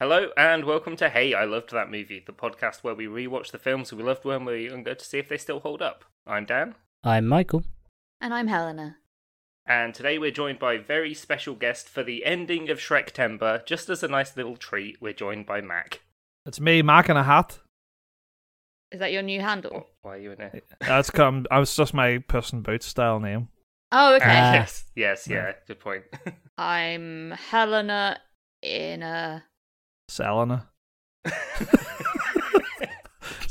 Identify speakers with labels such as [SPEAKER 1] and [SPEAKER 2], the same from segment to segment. [SPEAKER 1] Hello and welcome to Hey, I Loved That Movie, the podcast where we rewatch the films we loved when we were younger to see if they still hold up. I'm Dan,
[SPEAKER 2] I'm Michael.
[SPEAKER 3] And I'm Helena.
[SPEAKER 1] and today we're joined by a very special guest for the ending of Shrek Timber. Just as a nice little treat, we're joined by Mac.
[SPEAKER 4] It's me, Mac in a hat.
[SPEAKER 3] Is that your new handle?
[SPEAKER 1] What- Oh, Why are you in there?
[SPEAKER 4] That's come. I was just my puss in boots style name.
[SPEAKER 3] Oh, okay.
[SPEAKER 2] Ah.
[SPEAKER 1] yes, yes, yeah, good point.
[SPEAKER 3] I'm Helena in a.
[SPEAKER 4] Selena. It's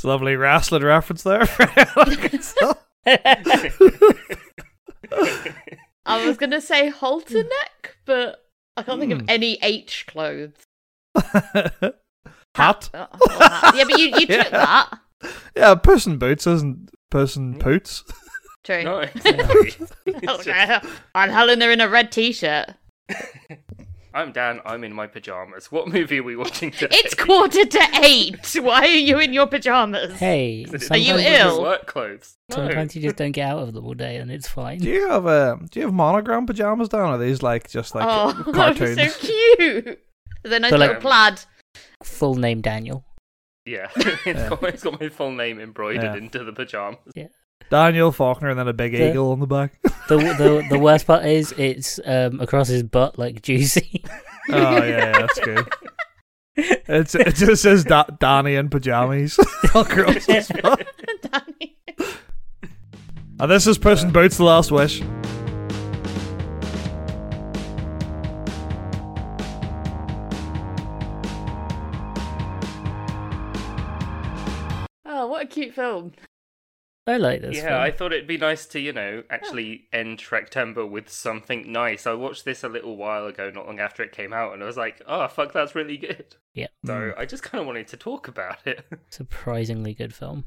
[SPEAKER 4] a lovely wrestling reference there. I
[SPEAKER 3] I was going to say halter neck, but I can't think of
[SPEAKER 4] Hmm.
[SPEAKER 3] any H clothes.
[SPEAKER 4] hat.
[SPEAKER 3] Oh, or hat. Yeah, but you, you took
[SPEAKER 4] Yeah.
[SPEAKER 3] that.
[SPEAKER 4] Yeah, puss in boots isn't puss in poots.
[SPEAKER 3] True.
[SPEAKER 1] no, exactly.
[SPEAKER 3] Oh,
[SPEAKER 1] It's just-
[SPEAKER 3] okay. I'm Helena in a red t shirt.
[SPEAKER 1] I'm Dan, I'm in my pajamas. What movie are we watching today?
[SPEAKER 3] It's quarter to eight. Why are you in your pajamas?
[SPEAKER 2] Hey,
[SPEAKER 1] Is it-
[SPEAKER 2] sometimes,
[SPEAKER 3] Are you
[SPEAKER 1] Those
[SPEAKER 3] ill?
[SPEAKER 1] are Work clothes. No.
[SPEAKER 2] sometimes you just don't get out of them all day, and it's fine.
[SPEAKER 4] Do you have a? Do you have monogram pajamas down? Or are these like just like
[SPEAKER 3] oh,
[SPEAKER 4] cartoons?
[SPEAKER 3] so cute. They're nice
[SPEAKER 2] They're like-
[SPEAKER 3] little plaid.
[SPEAKER 2] Full name Daniel.
[SPEAKER 1] Yeah, it's got, it's got my full name embroidered
[SPEAKER 4] Yeah.
[SPEAKER 1] into the pajamas.
[SPEAKER 4] Daniel Faulkner and then a big
[SPEAKER 2] Yeah.
[SPEAKER 4] eagle on the back.
[SPEAKER 2] The the the worst part is it's um across his butt like juicy.
[SPEAKER 4] Oh yeah, yeah, that's good. It's it just says da- Danny in pajamas. Across his butt.
[SPEAKER 3] Danny.
[SPEAKER 4] And Uh, this is Puss in Boots: The Last Wish.
[SPEAKER 3] Oh, what a cute film.
[SPEAKER 2] I like this.
[SPEAKER 1] yeah,
[SPEAKER 2] film.
[SPEAKER 1] I thought it'd be nice to, you know, actually end Trektember with something nice. I watched this a little while ago, not long after it came out, and I was like, oh, fuck, that's really good.
[SPEAKER 2] Yeah.
[SPEAKER 1] So I just kind of wanted to talk about it.
[SPEAKER 2] surprisingly good film.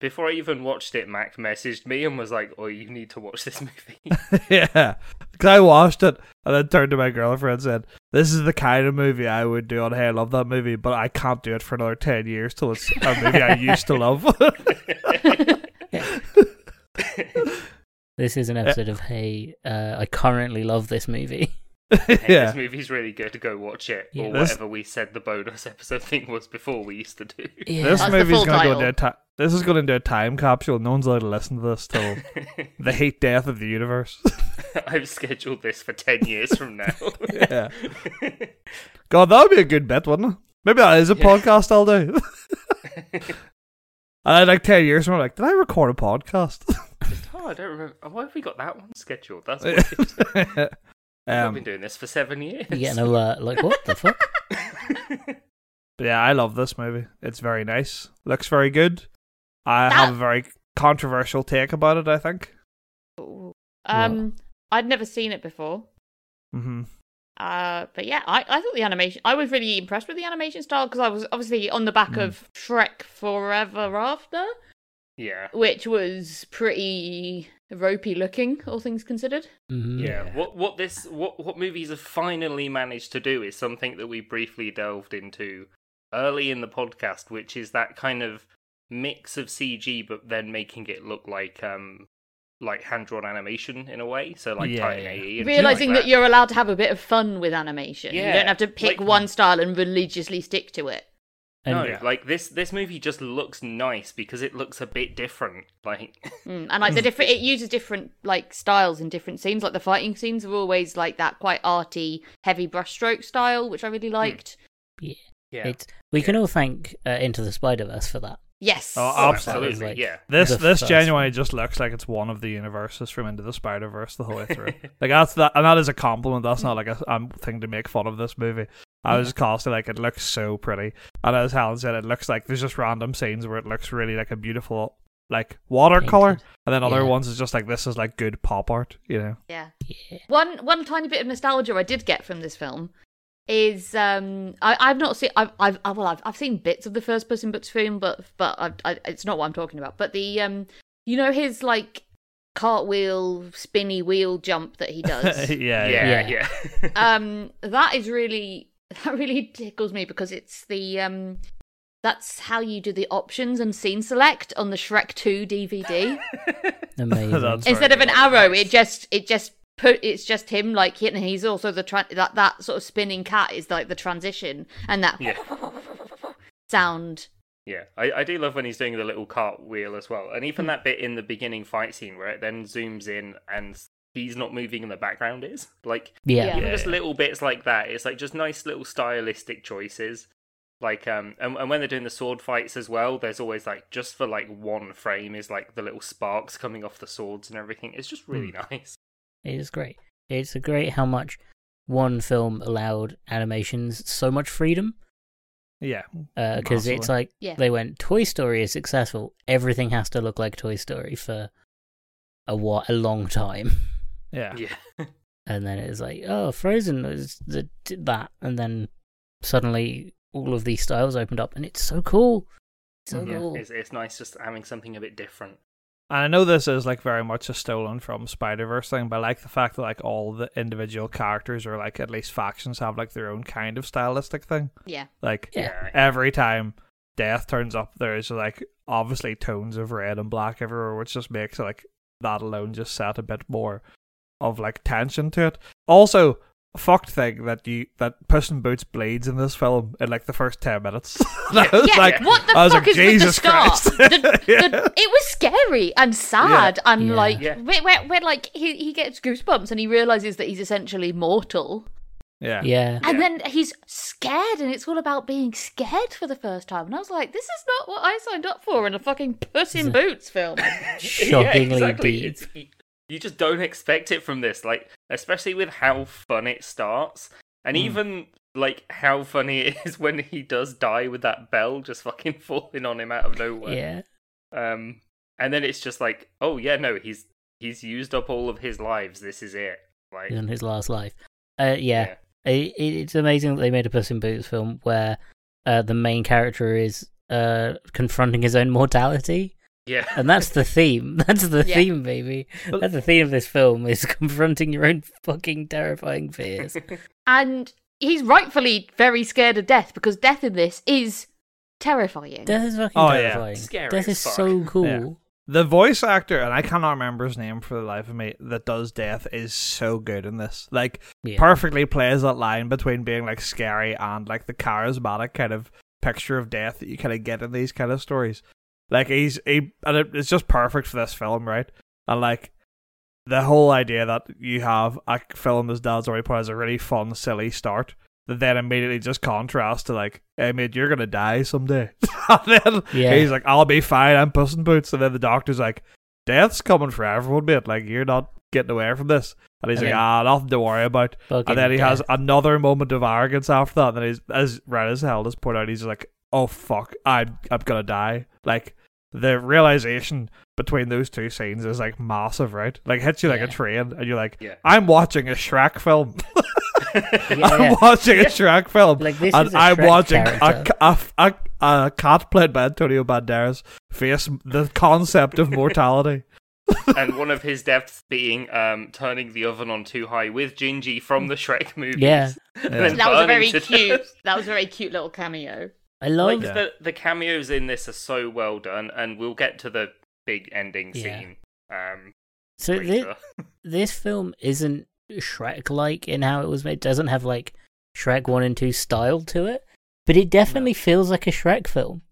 [SPEAKER 1] Before I even watched it, Mac messaged me and was like, oh, you need to watch this movie.
[SPEAKER 4] yeah. Because I watched it and then turned to my girlfriend and said, This is the kind of movie I would do on Hey, I Love That Movie, but I can't do it for another 10 years till it's a movie I used to love.
[SPEAKER 2] This is an episode of Hey, uh, I currently love this movie.
[SPEAKER 1] Hey, This
[SPEAKER 4] yeah.
[SPEAKER 1] movie's really good, go watch it.
[SPEAKER 2] Yeah.
[SPEAKER 1] Or
[SPEAKER 4] This-
[SPEAKER 1] whatever we said the bonus episode thing was before we used to do.
[SPEAKER 2] Yeah,
[SPEAKER 4] This
[SPEAKER 3] That's the
[SPEAKER 4] movie's
[SPEAKER 3] full
[SPEAKER 4] going to go
[SPEAKER 3] title.
[SPEAKER 4] into a ti- This is going into a time capsule. No one's allowed to listen to this till the heat death of the universe.
[SPEAKER 1] I've scheduled this for 10 years from now.
[SPEAKER 4] yeah. God, that would be a good bit, wouldn't it? Maybe that is a
[SPEAKER 1] Yeah.
[SPEAKER 4] podcast I'll do. and then, like 10 years from now, like, did I record a podcast?
[SPEAKER 1] oh, I don't remember. Why have we got that one scheduled? That's weird. I've been
[SPEAKER 4] um,
[SPEAKER 1] doing this for seven years.
[SPEAKER 2] you get an alert like what the fuck?
[SPEAKER 4] but yeah, I love this movie. It's very nice. Looks very good. I
[SPEAKER 3] That-
[SPEAKER 4] have a very controversial take about it. I think.
[SPEAKER 3] Ooh. Um, I'd never seen it before.
[SPEAKER 4] hmm
[SPEAKER 3] Uh, but yeah, I, I thought the animation. I was really impressed with the animation style because I was obviously on the back of Shrek Forever After,
[SPEAKER 1] yeah.
[SPEAKER 3] which was pretty ropey looking, all things considered.
[SPEAKER 2] Mhm.
[SPEAKER 1] Yeah. What what this what what movies have finally managed to do is something that we briefly delved into early in the podcast, which is that kind of mix of CG but then making it look like um like hand drawn animation in a way. So like
[SPEAKER 4] Yeah,
[SPEAKER 1] Titan
[SPEAKER 4] yeah.
[SPEAKER 1] AE and shit
[SPEAKER 3] Realizing
[SPEAKER 1] like
[SPEAKER 3] that. you're allowed to have a bit of fun with animation, you
[SPEAKER 1] Yeah,
[SPEAKER 3] don't have to pick
[SPEAKER 1] like-
[SPEAKER 3] one style and religiously stick to it.
[SPEAKER 2] And
[SPEAKER 1] no,
[SPEAKER 4] yeah.
[SPEAKER 1] Oh, like this this movie just looks nice because it looks a bit different. Like
[SPEAKER 3] Mm, and like the different, it uses different like styles in different scenes. Like the fighting scenes are always like that quite arty, heavy brushstroke style, which I really liked.
[SPEAKER 1] yeah.
[SPEAKER 2] it's we can all thank uh, Into the Spider Verse for that.
[SPEAKER 3] Yes.
[SPEAKER 4] Oh,
[SPEAKER 1] Oh,
[SPEAKER 4] absolutely.
[SPEAKER 1] absolutely.
[SPEAKER 2] Like-
[SPEAKER 1] yeah.
[SPEAKER 4] This
[SPEAKER 2] The
[SPEAKER 4] this
[SPEAKER 2] first
[SPEAKER 4] genuinely just looks like it's one of the universes from Into the Spider Verse the whole way through. like that's that, and that is a compliment. That's not like a um, thing to make fun of this movie. I was constantly like, it looks so pretty, and as Helen said, it looks like there's just random scenes where it looks really like a beautiful like watercolor,
[SPEAKER 2] Painted.
[SPEAKER 4] and then other
[SPEAKER 2] Yeah.
[SPEAKER 4] ones is just like this is like good pop art, you know.
[SPEAKER 3] Yeah.
[SPEAKER 2] Yeah.
[SPEAKER 3] One one tiny bit of nostalgia I did get from this film is um I, I've not seen I've I've I- well I've I've seen bits of the first person books film but but I, I, it's not what I'm talking about but the um you know his like cartwheel spinny wheel jump that he does
[SPEAKER 4] yeah,
[SPEAKER 1] Yeah,
[SPEAKER 2] Yeah.
[SPEAKER 1] yeah.
[SPEAKER 3] um that is really that really tickles me because it's the um that's how you do the options and scene select on the Shrek 2 DVD
[SPEAKER 2] Amazing.
[SPEAKER 4] That's- Sorry,
[SPEAKER 3] instead of an
[SPEAKER 1] yeah,
[SPEAKER 3] arrow
[SPEAKER 1] nice.
[SPEAKER 3] it just it just put it's just him like hitting. He's also the tra- that that sort of spinning cat is like the transition and that
[SPEAKER 1] Yeah.
[SPEAKER 3] sound.
[SPEAKER 1] Yeah, I, I do love when he's doing the little cartwheel as well. And even that bit in the beginning fight scene where it then zooms in and he's not moving and the background is. Like,
[SPEAKER 2] Yeah.
[SPEAKER 3] Yeah.
[SPEAKER 1] even just little bits like that. It's like just nice little stylistic choices. Like, um, and, and when they're doing the sword fights as well, there's always like just for like one frame is like the little sparks coming off the swords and everything. It's just really nice.
[SPEAKER 2] It is great. It's great how much one film allowed animations so much freedom.
[SPEAKER 4] Yeah,
[SPEAKER 2] Because Uh, it's
[SPEAKER 4] Massively.
[SPEAKER 2] like
[SPEAKER 3] Yeah.
[SPEAKER 2] they went, Toy Story is successful. Everything has to look like Toy Story for a what a long time,
[SPEAKER 4] yeah,
[SPEAKER 1] Yeah.
[SPEAKER 2] and then it's like, oh, Frozen is the, did that, and then suddenly all of these styles opened up, and it's so cool. So
[SPEAKER 1] yeah.
[SPEAKER 2] cool.
[SPEAKER 1] It's, it's nice just having something a bit different.
[SPEAKER 4] And I know this is like very much a stolen from Spider Verse thing, but I like the fact that like all the individual characters or like at least factions have like their own kind of stylistic thing.
[SPEAKER 3] Yeah,
[SPEAKER 4] Like
[SPEAKER 2] Yeah.
[SPEAKER 4] every time Death turns up, there's like obviously tones of red and black everywhere, which just makes like that alone just set a bit more of like tension to it. Also, fucked thing that you that Puss in Boots bleeds in this film in like the first ten minutes. And I was
[SPEAKER 3] yeah.
[SPEAKER 4] like-
[SPEAKER 3] what the
[SPEAKER 4] I was
[SPEAKER 3] fuck
[SPEAKER 4] like,
[SPEAKER 3] is with
[SPEAKER 4] Jesus
[SPEAKER 3] the scar?
[SPEAKER 4] Christ.
[SPEAKER 3] The- the-
[SPEAKER 4] Yeah.
[SPEAKER 3] It was scary and sad, and
[SPEAKER 2] Yeah.
[SPEAKER 3] like
[SPEAKER 1] Yeah.
[SPEAKER 3] where, where, where like he he gets goosebumps and he realizes that he's essentially mortal.
[SPEAKER 4] yeah,
[SPEAKER 2] Yeah.
[SPEAKER 1] Yeah.
[SPEAKER 3] And then he's scared, and it's all about being scared for the first time. And I was like, this is not what I signed up for in a fucking Puss in Boots film.
[SPEAKER 2] Shockingly
[SPEAKER 1] yeah, exactly.
[SPEAKER 2] deep.
[SPEAKER 1] It's, you just don't expect it from this, like especially with how fun it starts, and
[SPEAKER 2] Hmm.
[SPEAKER 4] Mm.
[SPEAKER 1] even like how funny it is when he does die with that bell just fucking falling on him out of nowhere.
[SPEAKER 2] Yeah.
[SPEAKER 1] Um, and then it's just like, oh yeah, no, he's he's used up all of his lives. This is it. Like,
[SPEAKER 2] He's on his last life. Uh, yeah. it, it- it's amazing that they made a Puss in Boots film where uh, the main character is uh, confronting his own mortality,
[SPEAKER 1] yeah,
[SPEAKER 2] and that's the theme. That's the
[SPEAKER 3] Yeah.
[SPEAKER 2] theme, baby.
[SPEAKER 4] But-
[SPEAKER 2] That's the theme of this film is confronting your own fucking terrifying fears.
[SPEAKER 3] And he's rightfully very scared of death because death in this is terrifying.
[SPEAKER 2] Death is fucking
[SPEAKER 4] Oh, yeah.
[SPEAKER 2] terrifying.
[SPEAKER 1] Scary as
[SPEAKER 2] Death is
[SPEAKER 1] fuck.
[SPEAKER 2] so cool.
[SPEAKER 4] Yeah. The voice actor, and I cannot remember his name for the life of me, that does Death is so good in this. Like,
[SPEAKER 2] Yeah.
[SPEAKER 4] perfectly plays that line between being like scary and like the charismatic kind of picture of death that you kind of get in these kind of stories. Like, he's he, and it, it's just perfect for this film, right? And like, the whole idea that you have a film as Dad's already put as a really fun, silly start. That then immediately just contrasts to like, hey mate, you're gonna die someday. and then
[SPEAKER 2] Yeah.
[SPEAKER 4] he's like, I'll be fine, I'm Puss in Boots. And then the doctor's like, Death's coming for everyone, mate. Like you're not getting away from this. And he's
[SPEAKER 2] And
[SPEAKER 4] like,
[SPEAKER 2] then-
[SPEAKER 4] ah, nothing to worry about.
[SPEAKER 2] Fucking
[SPEAKER 4] and then he has
[SPEAKER 2] death.
[SPEAKER 4] another moment of arrogance after that. And then he's as red as hell just put out, he's like, Oh fuck, I'm I'm gonna die. Like the realization between those two scenes is like massive, right? Like hits you like
[SPEAKER 2] Yeah.
[SPEAKER 4] a train and you're like,
[SPEAKER 1] Yeah.
[SPEAKER 4] I'm watching a Shrek film. I'm
[SPEAKER 2] yeah.
[SPEAKER 4] watching a Shrek film.
[SPEAKER 2] Like, this
[SPEAKER 4] and
[SPEAKER 2] is a
[SPEAKER 4] I'm
[SPEAKER 2] Shrek
[SPEAKER 4] watching a,
[SPEAKER 2] character.
[SPEAKER 4] a, a, a cat played by Antonio Banderas face the concept of mortality.
[SPEAKER 1] and one of his deaths being um turning the oven on too high with Gingy from the Shrek movie.
[SPEAKER 2] Yeah.
[SPEAKER 4] Yeah.
[SPEAKER 3] that was a very
[SPEAKER 1] burning to
[SPEAKER 3] cute. That was a very cute little cameo.
[SPEAKER 2] I love
[SPEAKER 1] like
[SPEAKER 4] Yeah.
[SPEAKER 1] the the cameos in this are so well done, and we'll get to the big ending
[SPEAKER 2] Yeah.
[SPEAKER 1] scene. Um,
[SPEAKER 2] so thi-
[SPEAKER 1] later.
[SPEAKER 2] this film isn't Shrek like in how it was made. It doesn't have like Shrek 1 and 2 style to it, but it definitely feels like a Shrek film.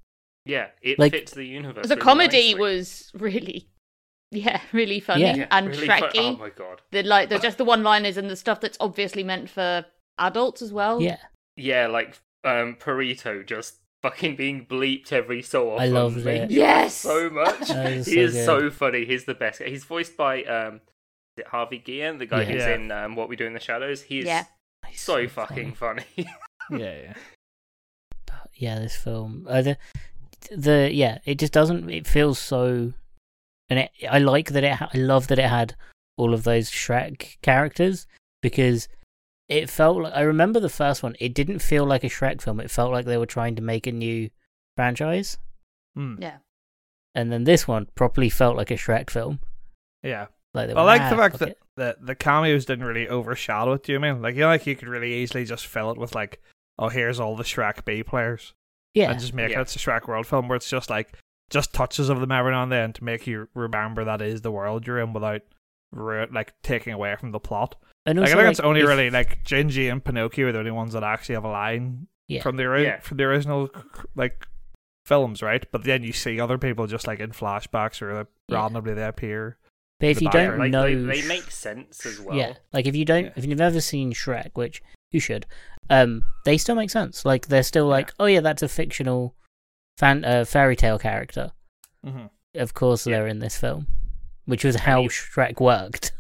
[SPEAKER 1] yeah, it
[SPEAKER 2] like-
[SPEAKER 1] fits the universe.
[SPEAKER 3] The
[SPEAKER 1] really
[SPEAKER 3] comedy
[SPEAKER 1] nicely.
[SPEAKER 3] was really, yeah, really funny
[SPEAKER 2] Yeah.
[SPEAKER 3] and
[SPEAKER 1] really fun-
[SPEAKER 3] Shrekky.
[SPEAKER 1] Oh my god!
[SPEAKER 3] The like, the just the one-liners and the stuff that's obviously meant for adults as
[SPEAKER 1] Oh.
[SPEAKER 3] well.
[SPEAKER 2] Yeah.
[SPEAKER 1] Yeah, like um, Perito just fucking being bleeped every so often.
[SPEAKER 2] I loved
[SPEAKER 1] They
[SPEAKER 2] it.
[SPEAKER 1] do
[SPEAKER 3] Yes.
[SPEAKER 1] so much.
[SPEAKER 2] That
[SPEAKER 1] he
[SPEAKER 2] is so
[SPEAKER 1] is
[SPEAKER 2] good.
[SPEAKER 1] so funny. He's the best. He's voiced by um, is it Harvey Guillen, the guy who's
[SPEAKER 4] Yeah.
[SPEAKER 1] in um, What We Do in the Shadows. He's
[SPEAKER 3] Yeah.
[SPEAKER 1] so fucking funny.
[SPEAKER 4] yeah.
[SPEAKER 2] But yeah, this film. Uh, the, the yeah, it just doesn't. It feels so, and it, I like that it. ha- I love that it had all of those Shrek characters because it felt like I remember the first one. It didn't feel like a Shrek film. It felt like they were trying to make a new franchise, Hmm.
[SPEAKER 4] Mm.
[SPEAKER 3] Yeah.
[SPEAKER 2] and then this one properly felt like a Shrek film.
[SPEAKER 4] Yeah.
[SPEAKER 2] Like they
[SPEAKER 4] I
[SPEAKER 2] were,
[SPEAKER 4] like
[SPEAKER 2] "Ah,
[SPEAKER 4] the fact
[SPEAKER 2] fuck
[SPEAKER 4] that
[SPEAKER 2] it."
[SPEAKER 4] the, the cameos didn't really overshadow it, do you mean? Like, you know, like you could really easily just fill it with, like, oh, here's all the Shrek B players.
[SPEAKER 2] yeah,
[SPEAKER 4] And just make
[SPEAKER 1] Yeah.
[SPEAKER 4] it a Shrek World film where it's just, like, just touches of them every now and then to make you remember that is the world you're in without ru- like taking away from the plot.
[SPEAKER 2] And
[SPEAKER 4] Like,
[SPEAKER 2] also,
[SPEAKER 4] I think it's only
[SPEAKER 2] if-
[SPEAKER 4] really like Gingy and Pinocchio are the only ones that actually have a line
[SPEAKER 2] Yeah.
[SPEAKER 4] from the ori-
[SPEAKER 1] Yeah.
[SPEAKER 4] from the original like films, right? But then you see other people just like in flashbacks or like,
[SPEAKER 2] Yeah.
[SPEAKER 4] randomly they appear.
[SPEAKER 2] But if
[SPEAKER 4] the
[SPEAKER 2] you
[SPEAKER 4] background.
[SPEAKER 2] don't
[SPEAKER 1] like,
[SPEAKER 2] know,
[SPEAKER 1] they, they
[SPEAKER 2] Sh-
[SPEAKER 1] make sense as well.
[SPEAKER 2] yeah, like if you don't,
[SPEAKER 4] Yeah.
[SPEAKER 2] if you've never seen Shrek, which you should, um, they still make sense. Like they're still like, oh yeah, that's a fictional fan uh, fairy tale character.
[SPEAKER 4] Mm-hmm.
[SPEAKER 2] Of course,
[SPEAKER 1] Yeah.
[SPEAKER 2] they're in this film, which was how
[SPEAKER 1] you-
[SPEAKER 2] Shrek worked.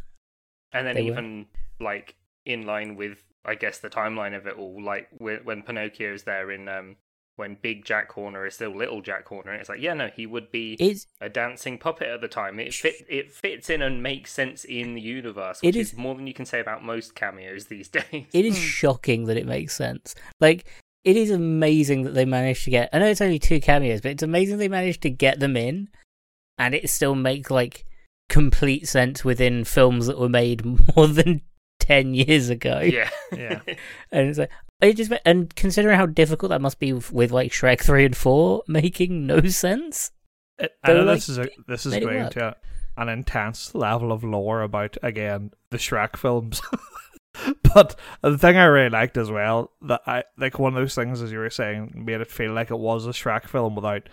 [SPEAKER 1] and then
[SPEAKER 2] They were.
[SPEAKER 1] even like in line with i guess the timeline of it all like when, when pinocchio's there in um when big jack horner is still little jack horner it's like yeah no he would be
[SPEAKER 2] It's
[SPEAKER 1] a dancing puppet at the time it fit it fits in and makes sense in the universe
[SPEAKER 2] It
[SPEAKER 1] which is...
[SPEAKER 2] is-
[SPEAKER 1] more than you can say about most cameos these days
[SPEAKER 2] It is
[SPEAKER 3] Mm.
[SPEAKER 2] shocking that it makes sense. Like, it is amazing that they managed to get. I know it's only two cameos, but it's amazing they managed to get them in, and it still make like complete sense within films that were made more than ten years ago.
[SPEAKER 1] yeah
[SPEAKER 4] Yeah.
[SPEAKER 2] And it's like it just ma- and considering how difficult that must be with, with like Shrek three and four making no sense.
[SPEAKER 4] It, I
[SPEAKER 2] They
[SPEAKER 4] know
[SPEAKER 2] were
[SPEAKER 4] this is a,
[SPEAKER 2] like,
[SPEAKER 4] this is
[SPEAKER 2] made it
[SPEAKER 4] going
[SPEAKER 2] work.
[SPEAKER 4] to an intense level of lore about again the Shrek films. but the thing I really liked as well that I like one of those things as you were saying made it feel like it was a Shrek film without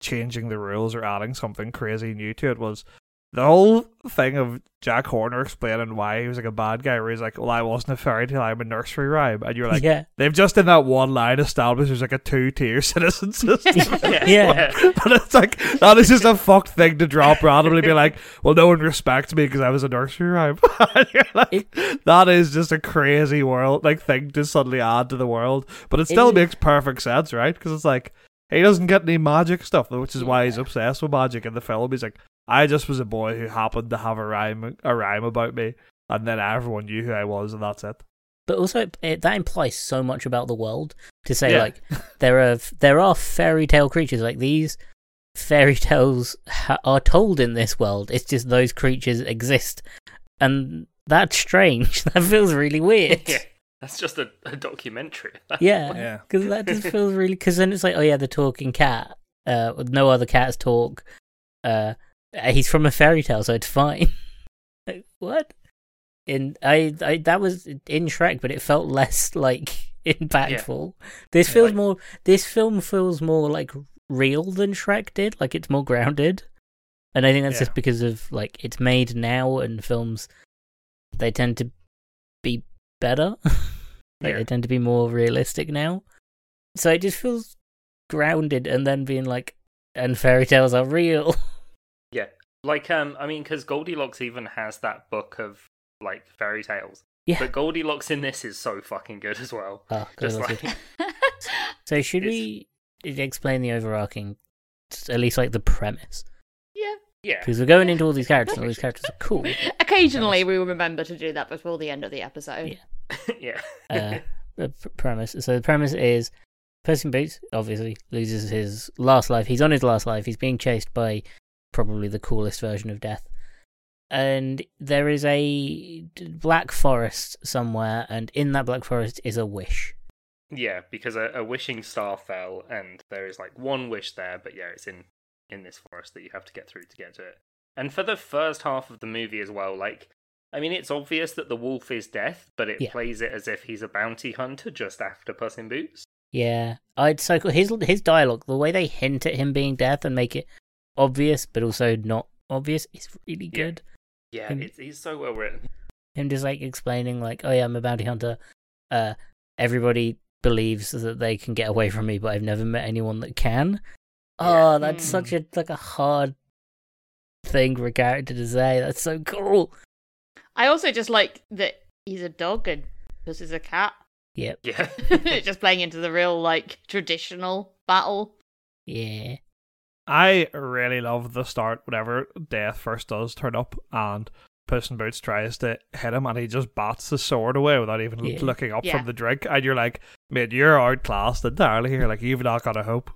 [SPEAKER 4] changing the rules or adding something crazy new to it was the whole thing of Jack Horner explaining why he was like a bad guy where he's like, Well I wasn't a fairy tale, I'm a nursery rhyme and you're like
[SPEAKER 2] yeah,
[SPEAKER 4] They've just in that one line established there's like a two tier citizen system.
[SPEAKER 1] yeah,
[SPEAKER 2] Yeah.
[SPEAKER 4] and it's like that is just a fucked thing to drop randomly. Be like, well, no one respects me because I was a nursery rhyme. And you're like, that is just a crazy world like thing to suddenly add to the world, but it still
[SPEAKER 2] is-
[SPEAKER 4] makes perfect sense, right? Because it's like he doesn't get any magic stuff, which is why he's
[SPEAKER 2] Yeah.
[SPEAKER 4] obsessed with magic in the film. He's like, I just was a boy who happened to have a rhyme, a rhyme about me, and then everyone knew who I was, and that's it.
[SPEAKER 2] but also it, it, that implies so much about the world to say
[SPEAKER 4] Yeah.
[SPEAKER 2] like there are there are fairy tale creatures like these fairy tales ha- are told in this world it's just those creatures exist and that's strange that feels really weird
[SPEAKER 1] yeah that's just a, a documentary
[SPEAKER 2] yeah
[SPEAKER 4] Yeah.
[SPEAKER 2] because that just feels really because then it's like oh yeah the talking cat uh no other cats talk uh he's from a fairy tale so it's fine like, what in I, I that was in shrek but it felt less like impactful this
[SPEAKER 1] Yeah,
[SPEAKER 2] feels
[SPEAKER 1] like-
[SPEAKER 2] more this film feels more like real than shrek did like it's more grounded and i think that's
[SPEAKER 4] Yeah.
[SPEAKER 2] just because of like it's made now and films they tend to be better like
[SPEAKER 1] Yeah.
[SPEAKER 2] they tend to be more realistic now. So it just feels grounded and then being like and fairy tales are real.
[SPEAKER 1] Yeah, like um, I mean, because Goldilocks even has that book of like fairy tales.
[SPEAKER 2] Yeah.
[SPEAKER 1] But Goldilocks in this is so fucking good as well.
[SPEAKER 2] Oh, God,
[SPEAKER 1] Just
[SPEAKER 2] that's
[SPEAKER 1] like
[SPEAKER 2] good. So should
[SPEAKER 1] It's-
[SPEAKER 2] we explain the overarching at least like the premise?
[SPEAKER 3] yeah.
[SPEAKER 1] yeah,
[SPEAKER 2] Because we're going into all these characters and all these characters are cool.
[SPEAKER 3] Occasionally, we will remember to do that before the end of the episode.
[SPEAKER 2] Yeah.
[SPEAKER 1] yeah,
[SPEAKER 2] Uh, the pr- premise. So the premise is Puss in Boots obviously loses his last life. He's on his last life. He's being chased by probably the coolest version of death. And there is a d- black forest somewhere, and in that black forest is a wish.
[SPEAKER 1] yeah. Because a, a wishing star fell, and there is like one wish there, but yeah, it's in in this forest that you have to get through to get to it. And for the first half of the movie as well, like. I mean, it's obvious that the wolf is death, but it
[SPEAKER 2] Yeah.
[SPEAKER 1] plays it as if he's a bounty hunter just after Puss in Boots.
[SPEAKER 2] Yeah, I'd cycle his his dialogue. The way they hint at him being death and make it obvious, but also not obvious, is really
[SPEAKER 1] Yeah.
[SPEAKER 2] good.
[SPEAKER 1] Yeah,
[SPEAKER 2] And-
[SPEAKER 1] it's, it's so well written.
[SPEAKER 2] him just like explaining like oh yeah i'm a bounty hunter uh everybody believes that they can get away from me but i've never met anyone that can oh that's
[SPEAKER 3] Mm.
[SPEAKER 2] such a like a hard thing for a character to say that's so cool
[SPEAKER 3] I also just like that he's a dog and this is a cat.
[SPEAKER 2] yep
[SPEAKER 1] Yeah.
[SPEAKER 3] just playing into the real, like, traditional battle.
[SPEAKER 2] yeah
[SPEAKER 4] I really love the start whenever Death first does turn up and Puss in Boots tries to hit him and he just bats the sword away without even
[SPEAKER 2] Yeah.
[SPEAKER 4] looking up
[SPEAKER 3] Yeah.
[SPEAKER 4] from the drink and you're like, mate, you're outclassed entirely here, like you've not got a hope.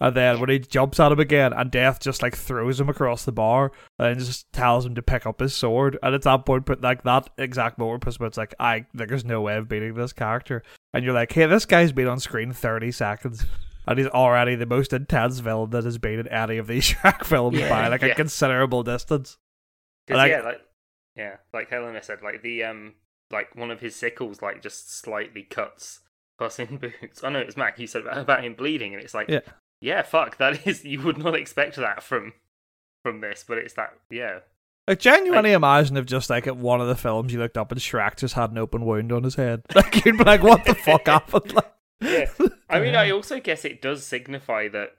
[SPEAKER 4] And then when he jumps at him again and Death just like throws him across the bar and just tells him to pick up his sword and at that point but like that exact moment Puss in Boots like, I like there's no way of beating this character and you're like, hey, this guy's been on screen thirty seconds and he's already the most intense villain that has been in any of these Shrek films
[SPEAKER 2] Yeah.
[SPEAKER 4] by like
[SPEAKER 1] Yeah.
[SPEAKER 4] a considerable distance.
[SPEAKER 1] 'Cause,
[SPEAKER 4] Like-
[SPEAKER 1] yeah, like Yeah, like Helena said, like the um, like one of his sickles, like just slightly cuts Puss in Boots. I know it's Mac. You said about, about him bleeding, and it's like,
[SPEAKER 4] Yeah.
[SPEAKER 1] yeah, fuck, that is you would not expect that from from this, but it's that, yeah,
[SPEAKER 4] Like genuinely imagine if just like at one of the films you looked up and Shrek just had an open wound on his head. Like you'd be like, what the fuck happened? Like,
[SPEAKER 1] yeah. I mean,
[SPEAKER 2] Yeah.
[SPEAKER 1] I also guess it does signify that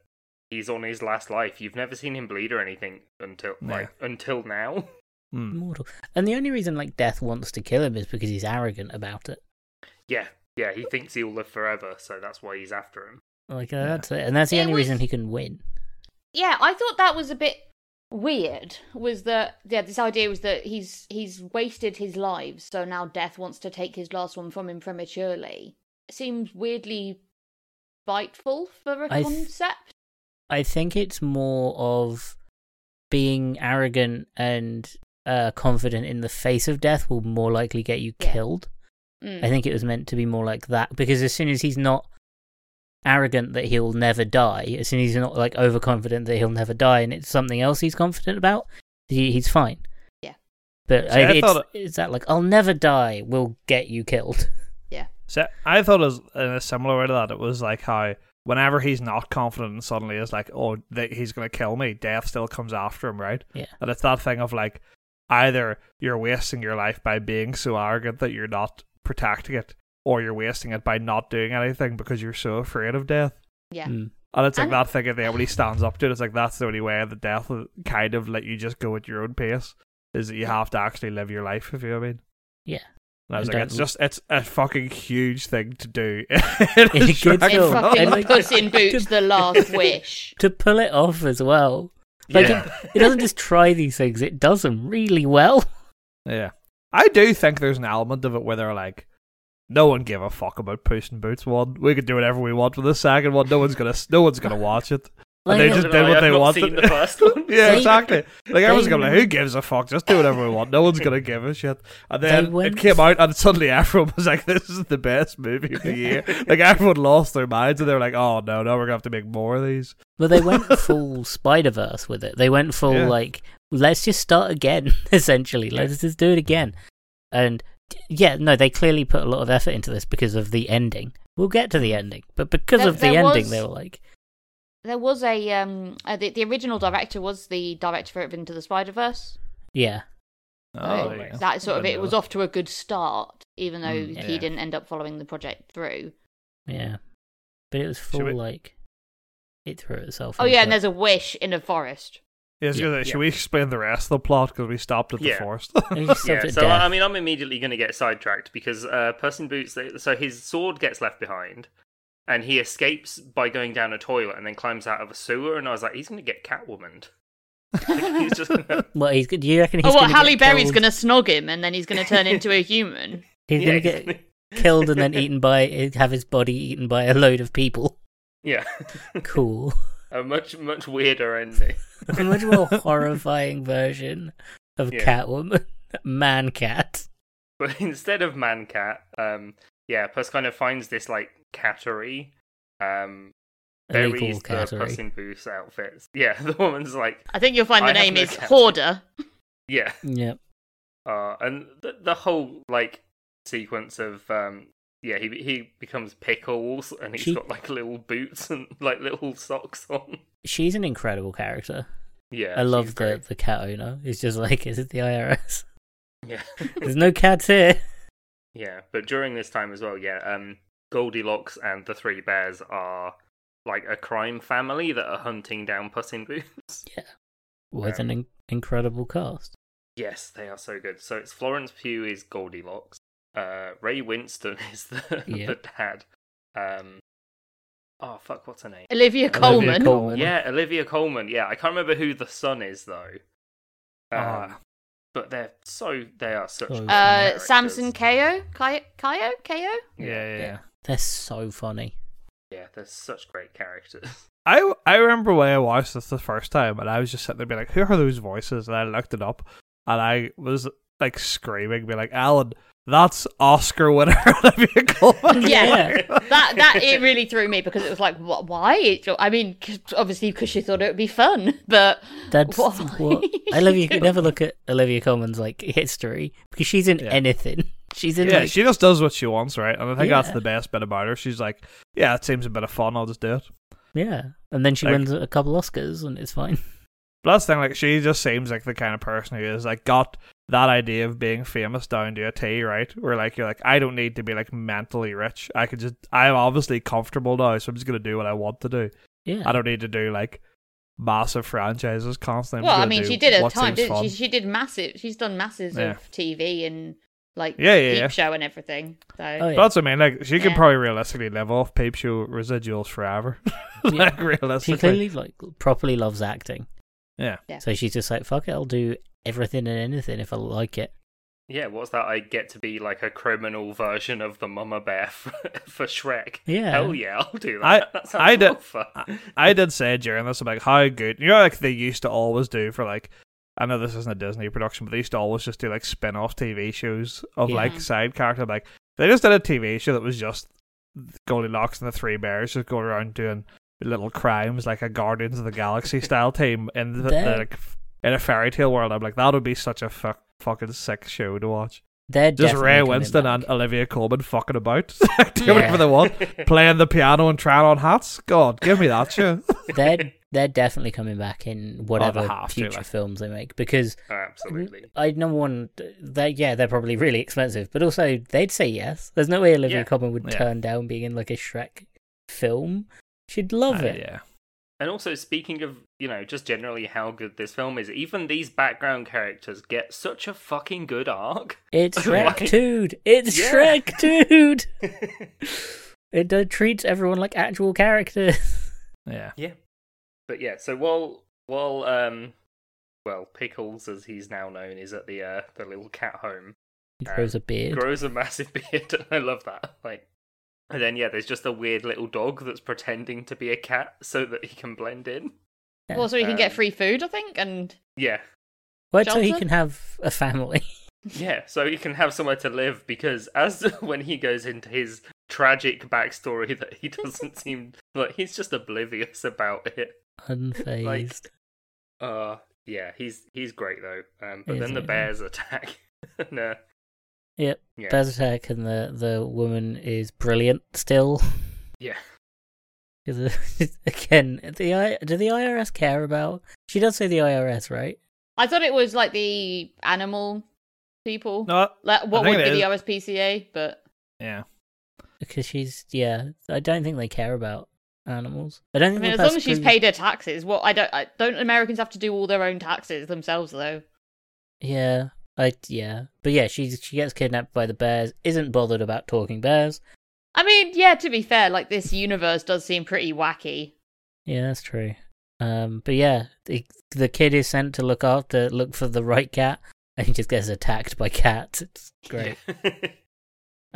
[SPEAKER 1] he's on his last life. You've never seen him bleed or anything until like until now.
[SPEAKER 4] hmm.
[SPEAKER 2] Mortal. And the only reason like Death wants to kill him is because he's arrogant about it.
[SPEAKER 1] Yeah, yeah. He thinks he'll live forever, so that's why he's after him.
[SPEAKER 2] Like uh,
[SPEAKER 4] Yeah.
[SPEAKER 2] that's it, and that's the
[SPEAKER 3] It
[SPEAKER 2] only
[SPEAKER 3] was-
[SPEAKER 2] reason he can win.
[SPEAKER 3] yeah i thought that was a bit weird was that yeah this idea was that he's he's wasted his lives so now death wants to take his last one from him prematurely seems weirdly biteful for a
[SPEAKER 2] I th-
[SPEAKER 3] concept
[SPEAKER 2] I think it's more of being arrogant and uh, confident in the face of death will more likely get you
[SPEAKER 3] Yeah.
[SPEAKER 2] killed.
[SPEAKER 3] Mm.
[SPEAKER 2] I think it was meant to be more like that because as soon as he's not arrogant that he'll never die, as soon as he's not like overconfident that he'll never die, and it's something else he's confident about, he, he's fine.
[SPEAKER 3] Yeah.
[SPEAKER 2] But
[SPEAKER 4] See,
[SPEAKER 2] I,
[SPEAKER 4] I
[SPEAKER 2] it's,
[SPEAKER 4] thought
[SPEAKER 2] it's that like I'll never die will get you killed.
[SPEAKER 4] So I thought it was in a similar way to that. It was like how whenever he's not confident and suddenly is like, oh, th- he's gonna kill me. Death still comes after him, right?
[SPEAKER 2] Yeah.
[SPEAKER 4] And it's that thing of like, either you're wasting your life by being so arrogant that you're not protecting it, or you're wasting it by not doing anything because you're so afraid of death.
[SPEAKER 3] yeah
[SPEAKER 2] Mm.
[SPEAKER 4] And it's like
[SPEAKER 3] And-
[SPEAKER 4] that thing at the end when he stands up to it. It's like that's the only way that death will kind of let you just go at your own pace. Is that you have to actually live your life, if you know what I mean.
[SPEAKER 2] Yeah.
[SPEAKER 4] And I was
[SPEAKER 2] And
[SPEAKER 4] like,
[SPEAKER 2] don't-
[SPEAKER 4] it's just it's a fucking huge thing to do. in
[SPEAKER 2] In a
[SPEAKER 4] a
[SPEAKER 2] good
[SPEAKER 4] Shrek
[SPEAKER 2] I
[SPEAKER 3] in
[SPEAKER 2] film. know.
[SPEAKER 4] film.
[SPEAKER 3] fucking
[SPEAKER 2] And-
[SPEAKER 3] Puss in Boots, The Last Wish.
[SPEAKER 2] To pull it off as well. Like
[SPEAKER 1] yeah,
[SPEAKER 2] it, it doesn't just try these things, it does them really well.
[SPEAKER 4] Yeah. I do think there's an element of it where they're like, no one give a fuck about Puss in Boots one. We could do whatever we want with the second one. No one's gonna no one's gonna watch it.
[SPEAKER 2] Like,
[SPEAKER 4] And they
[SPEAKER 2] it-
[SPEAKER 4] just
[SPEAKER 1] I
[SPEAKER 4] did what
[SPEAKER 1] have
[SPEAKER 4] they
[SPEAKER 1] not
[SPEAKER 4] wanted.
[SPEAKER 1] seen the first one.
[SPEAKER 4] Yeah,
[SPEAKER 2] They-
[SPEAKER 4] exactly. Like everyone's gonna be
[SPEAKER 2] they-
[SPEAKER 4] like, who gives a fuck? Just do whatever we want. No one's gonna give a shit. And
[SPEAKER 2] They
[SPEAKER 4] then it
[SPEAKER 2] went-
[SPEAKER 4] came out, and suddenly everyone was like, "This is the best movie of the year." like everyone lost their minds, and they were like, "Oh no, no, we're gonna have to make more of these."
[SPEAKER 2] Well, they went full Spider Verse with it. They went full
[SPEAKER 4] Yeah.
[SPEAKER 2] like, let's just start again, essentially. Let's just do it again. And d- yeah, no, they clearly put a lot of effort into this because of the ending. We'll get to the ending, but because
[SPEAKER 3] There-
[SPEAKER 2] of the
[SPEAKER 3] there
[SPEAKER 2] ending,
[SPEAKER 3] was-
[SPEAKER 2] they were like,
[SPEAKER 3] There was a um, uh, the, the original director was the director of Into the Spider Verse.
[SPEAKER 2] yeah,
[SPEAKER 1] Oh,
[SPEAKER 4] there you go.
[SPEAKER 3] That sort of
[SPEAKER 4] Didn't
[SPEAKER 3] it
[SPEAKER 4] know
[SPEAKER 3] was
[SPEAKER 4] that.
[SPEAKER 3] off to a good start, even though
[SPEAKER 4] Mm,
[SPEAKER 3] he
[SPEAKER 4] yeah.
[SPEAKER 3] didn't end up following the project through.
[SPEAKER 2] yeah. But it was
[SPEAKER 4] Should
[SPEAKER 2] full
[SPEAKER 4] we-
[SPEAKER 2] like, it threw itself.
[SPEAKER 3] Oh yeah,
[SPEAKER 2] into
[SPEAKER 3] and
[SPEAKER 2] it.
[SPEAKER 3] there's a wish in a forest.
[SPEAKER 4] Yeah, I was gonna say, Should we explain the rest of the plot because we stopped at
[SPEAKER 1] Yeah.
[SPEAKER 4] the forest?
[SPEAKER 2] They just
[SPEAKER 1] yeah.
[SPEAKER 2] stopped at
[SPEAKER 1] So
[SPEAKER 2] death.
[SPEAKER 1] I mean, I'm immediately going to get sidetracked because uh, Person Boots. So his sword gets left behind, and he escapes by going down a toilet and then climbs out of a sewer. And I was like, he's going to get Catwomaned. Like, he's just gonna...
[SPEAKER 2] well, he's good. Do you reckon he's
[SPEAKER 3] oh, what?
[SPEAKER 2] gonna get
[SPEAKER 3] Halle Berry's
[SPEAKER 2] killed?
[SPEAKER 3] going to snog him, and then he's going to turn into a human.
[SPEAKER 2] he's
[SPEAKER 1] yeah,
[SPEAKER 2] gonna get killed and then eaten by have his body eaten by a load of people.
[SPEAKER 1] Yeah,
[SPEAKER 2] Cool.
[SPEAKER 1] a much much weirder ending.
[SPEAKER 2] a much more horrifying version of
[SPEAKER 1] Yeah.
[SPEAKER 2] Catwoman, Man Cat.
[SPEAKER 1] But instead of man cat, um, yeah, Puss kind of finds this like cattery, um,
[SPEAKER 2] Illegal
[SPEAKER 1] buries the Puss
[SPEAKER 2] category.
[SPEAKER 1] in Boots outfits. Yeah, the woman's like,
[SPEAKER 3] I think you'll find the
[SPEAKER 1] I have
[SPEAKER 3] name
[SPEAKER 1] no
[SPEAKER 3] is
[SPEAKER 1] cat.
[SPEAKER 3] Hoarder.
[SPEAKER 1] yeah,
[SPEAKER 2] Yep.
[SPEAKER 1] uh, and the, the whole like sequence of um, yeah, he he becomes pickles and he's
[SPEAKER 2] She-
[SPEAKER 1] got like little boots and like little socks on.
[SPEAKER 2] She's an incredible character.
[SPEAKER 1] Yeah,
[SPEAKER 2] I
[SPEAKER 1] she's
[SPEAKER 2] love the,
[SPEAKER 1] great.
[SPEAKER 2] the cat owner. It's just like, is it the IRS?
[SPEAKER 1] yeah.
[SPEAKER 2] There's no cats here.
[SPEAKER 1] Yeah, but during this time as well, yeah, um, Goldilocks and the Three Bears are like a crime family that are hunting down Puss in Boots.
[SPEAKER 2] With an in- incredible cast.
[SPEAKER 1] Yes, they are so good. So it's Florence Pugh is Goldilocks. Uh, Ray Winston is the,
[SPEAKER 2] Yeah.
[SPEAKER 1] the dad. Um, oh fuck, what's her name?
[SPEAKER 3] Olivia Coleman.
[SPEAKER 2] Coleman.
[SPEAKER 1] Yeah, Olivia Coleman. Yeah, I can't remember who the son is though. Um,
[SPEAKER 4] Ah.
[SPEAKER 1] But they're so they are such.
[SPEAKER 2] So
[SPEAKER 1] good
[SPEAKER 3] Uh,
[SPEAKER 1] characters.
[SPEAKER 3] Samson Ko. Kayo? Kayo? Kayo?
[SPEAKER 4] yeah, yeah, yeah.
[SPEAKER 2] They're so funny.
[SPEAKER 1] Yeah, they're such great characters.
[SPEAKER 4] I, I remember when I watched this the first time, and I was just sitting there being like, "Who are those voices?" And I looked it up, and I was like screaming, be like, Alan, that's Oscar winner Olivia Colman.
[SPEAKER 3] Yeah. that that it really threw me because it was like, what? Why? It, I mean, 'cause- obviously because she thought it would be fun, but
[SPEAKER 2] That's
[SPEAKER 3] Why?
[SPEAKER 2] what Olivia could never look at Olivia Colman's like history because she's in
[SPEAKER 4] Yeah.
[SPEAKER 2] anything. She's in
[SPEAKER 4] Yeah,
[SPEAKER 2] like,
[SPEAKER 4] she just does what she wants, right? And I think that's
[SPEAKER 2] Yeah.
[SPEAKER 4] the best bit about her. She's like, yeah, it seems a bit of fun. I'll just do it.
[SPEAKER 2] yeah, and then she
[SPEAKER 4] Like-
[SPEAKER 2] wins a couple Oscars and it's fine.
[SPEAKER 4] But that's the thing, like, she just seems like the kind of person who is, like, got that idea of being famous down to a T, right? Where, like, you're like, I don't need to be, like, mentally rich. I could just, I'm obviously comfortable now, so I'm just going to do what I want to do.
[SPEAKER 2] Yeah,
[SPEAKER 4] I don't need to do, like, massive franchises constantly. I'm
[SPEAKER 3] well,
[SPEAKER 4] just
[SPEAKER 3] I
[SPEAKER 4] gonna
[SPEAKER 3] mean,
[SPEAKER 4] do
[SPEAKER 3] she did her
[SPEAKER 4] what
[SPEAKER 3] time,
[SPEAKER 4] seems
[SPEAKER 3] didn't
[SPEAKER 4] fun.
[SPEAKER 3] she? She did massive. She's done masses
[SPEAKER 4] Yeah.
[SPEAKER 3] of TV and like
[SPEAKER 4] Yeah, yeah,
[SPEAKER 3] Peep
[SPEAKER 4] yeah.
[SPEAKER 3] show and everything. So
[SPEAKER 2] Oh, yeah.
[SPEAKER 4] But that's what I mean. Like, she could
[SPEAKER 3] Yeah.
[SPEAKER 4] probably realistically live off Peep Show residuals forever. like,
[SPEAKER 2] she
[SPEAKER 4] realistically.
[SPEAKER 2] clearly like properly loves acting,
[SPEAKER 4] Yeah.
[SPEAKER 3] Yeah.
[SPEAKER 2] so she's just like, fuck it, I'll do everything and anything if I like it.
[SPEAKER 1] Yeah, what's that? I get to be like a criminal version of the Mama Bear for, for Shrek.
[SPEAKER 2] Yeah.
[SPEAKER 1] Hell yeah, I'll do
[SPEAKER 4] I-
[SPEAKER 1] that. that sounds
[SPEAKER 4] I did-
[SPEAKER 1] awful fun.
[SPEAKER 4] I did say during this, I'm like, how good. You know, like they used to always do for like. I know this isn't a Disney production, but they used to always just do like spin off TV shows of
[SPEAKER 2] Yeah.
[SPEAKER 4] like side character. Like they just did a TV show that was just Goldilocks and the Three Bears just going around doing little crimes like a Guardians of the Galaxy style team in the,
[SPEAKER 2] That-
[SPEAKER 4] the, like, f- in a fairy tale world. I'm like, that would be such a fu- fucking sick show to watch.
[SPEAKER 2] They're
[SPEAKER 4] Just
[SPEAKER 2] definitely
[SPEAKER 4] Ray
[SPEAKER 2] coming
[SPEAKER 4] Winston
[SPEAKER 2] back.
[SPEAKER 4] and Olivia Colman fucking about, doing whatever
[SPEAKER 2] Yeah.
[SPEAKER 4] they want, playing the piano and trying on hats. God, give me that show.
[SPEAKER 2] they're they're definitely coming back in whatever
[SPEAKER 4] have to,
[SPEAKER 2] future
[SPEAKER 4] like-
[SPEAKER 2] films they make because
[SPEAKER 1] Uh, Absolutely.
[SPEAKER 2] I number one, they yeah they're probably really expensive, but also they'd say yes. There's no way Olivia
[SPEAKER 1] Yeah.
[SPEAKER 2] Colman would
[SPEAKER 4] Yeah.
[SPEAKER 2] turn down being in like a Shrek film. She'd love
[SPEAKER 4] Uh,
[SPEAKER 2] it.
[SPEAKER 4] Yeah.
[SPEAKER 1] And also, speaking of, you know, just generally how good this film is, even these background characters get such a fucking good arc.
[SPEAKER 2] It's
[SPEAKER 1] Like-
[SPEAKER 2] Shrek dude. It's
[SPEAKER 1] Yeah.
[SPEAKER 2] Shrek dude. it uh, treats everyone like actual characters.
[SPEAKER 4] Yeah.
[SPEAKER 1] But yeah, so while while um well, Pickles as he's now known is at the uh the little cat home.
[SPEAKER 2] He grows a beard.
[SPEAKER 1] Grows a massive beard and I love that. Like and then yeah, there's just a weird little dog that's pretending to be a cat so that he can blend in.
[SPEAKER 2] Yeah.
[SPEAKER 3] well, so you can
[SPEAKER 1] Um,
[SPEAKER 2] Uh,
[SPEAKER 3] get free food, I think, and
[SPEAKER 1] Yeah.
[SPEAKER 2] Wait till he
[SPEAKER 3] Johnson?
[SPEAKER 2] can have a family.
[SPEAKER 1] Yeah, so he can have somewhere to live because as when he goes into his tragic backstory that he doesn't seem like he's just oblivious about it.
[SPEAKER 2] Unfazed.
[SPEAKER 1] Uh yeah, he's he's great though. Um but
[SPEAKER 2] He is
[SPEAKER 1] then the
[SPEAKER 2] amazing.
[SPEAKER 1] bears attack. no.
[SPEAKER 2] Yep.
[SPEAKER 1] Yeah.
[SPEAKER 2] Bears attack and the the woman is brilliant still.
[SPEAKER 1] Yeah.
[SPEAKER 2] 'Cause, uh, Again, the I do the IRS care about? She does say the IRS, right?
[SPEAKER 3] I thought it was like the animal people.
[SPEAKER 4] No.
[SPEAKER 3] Like, what
[SPEAKER 4] think
[SPEAKER 3] would
[SPEAKER 4] it
[SPEAKER 3] be the RSPCA? But
[SPEAKER 4] Yeah.
[SPEAKER 2] Because she's yeah. I don't think they care about animals. I don't
[SPEAKER 3] I
[SPEAKER 2] think.
[SPEAKER 3] mean,
[SPEAKER 2] the
[SPEAKER 3] as long
[SPEAKER 2] person
[SPEAKER 3] as she's
[SPEAKER 2] who-
[SPEAKER 3] paid her taxes, what I don't I, don't Americans have to do all their own taxes themselves though?
[SPEAKER 2] Yeah, I yeah, but yeah, she she gets kidnapped by the bears. Isn't bothered about talking bears.
[SPEAKER 3] I mean, yeah, to be fair, like this universe does seem pretty wacky.
[SPEAKER 2] Yeah, that's true. Um, but yeah, the the kid is sent to look after look for the right cat, and he just gets attacked by cats. It's great.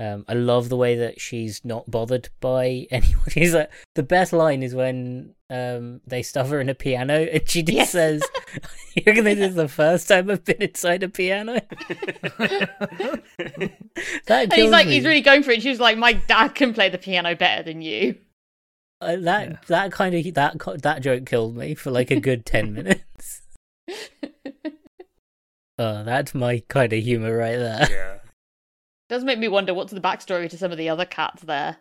[SPEAKER 2] Um, I love the way that she's not bothered by anyone. She's like the best line is when um they stuff her in a piano, and she just
[SPEAKER 3] Yes.
[SPEAKER 2] says, "You reckon this is the first time I've been inside a piano?" That
[SPEAKER 3] And he's
[SPEAKER 2] kills
[SPEAKER 3] like,
[SPEAKER 2] me.
[SPEAKER 3] he's really going for it. She was like, my dad can play the piano better than you.
[SPEAKER 2] Uh, that
[SPEAKER 4] Yeah.
[SPEAKER 2] that kind of that co- that joke killed me for like a good ten minutes. Oh, that's my kind of humor right there.
[SPEAKER 1] yeah.
[SPEAKER 3] does make me wonder what's the backstory to some of the other cats there.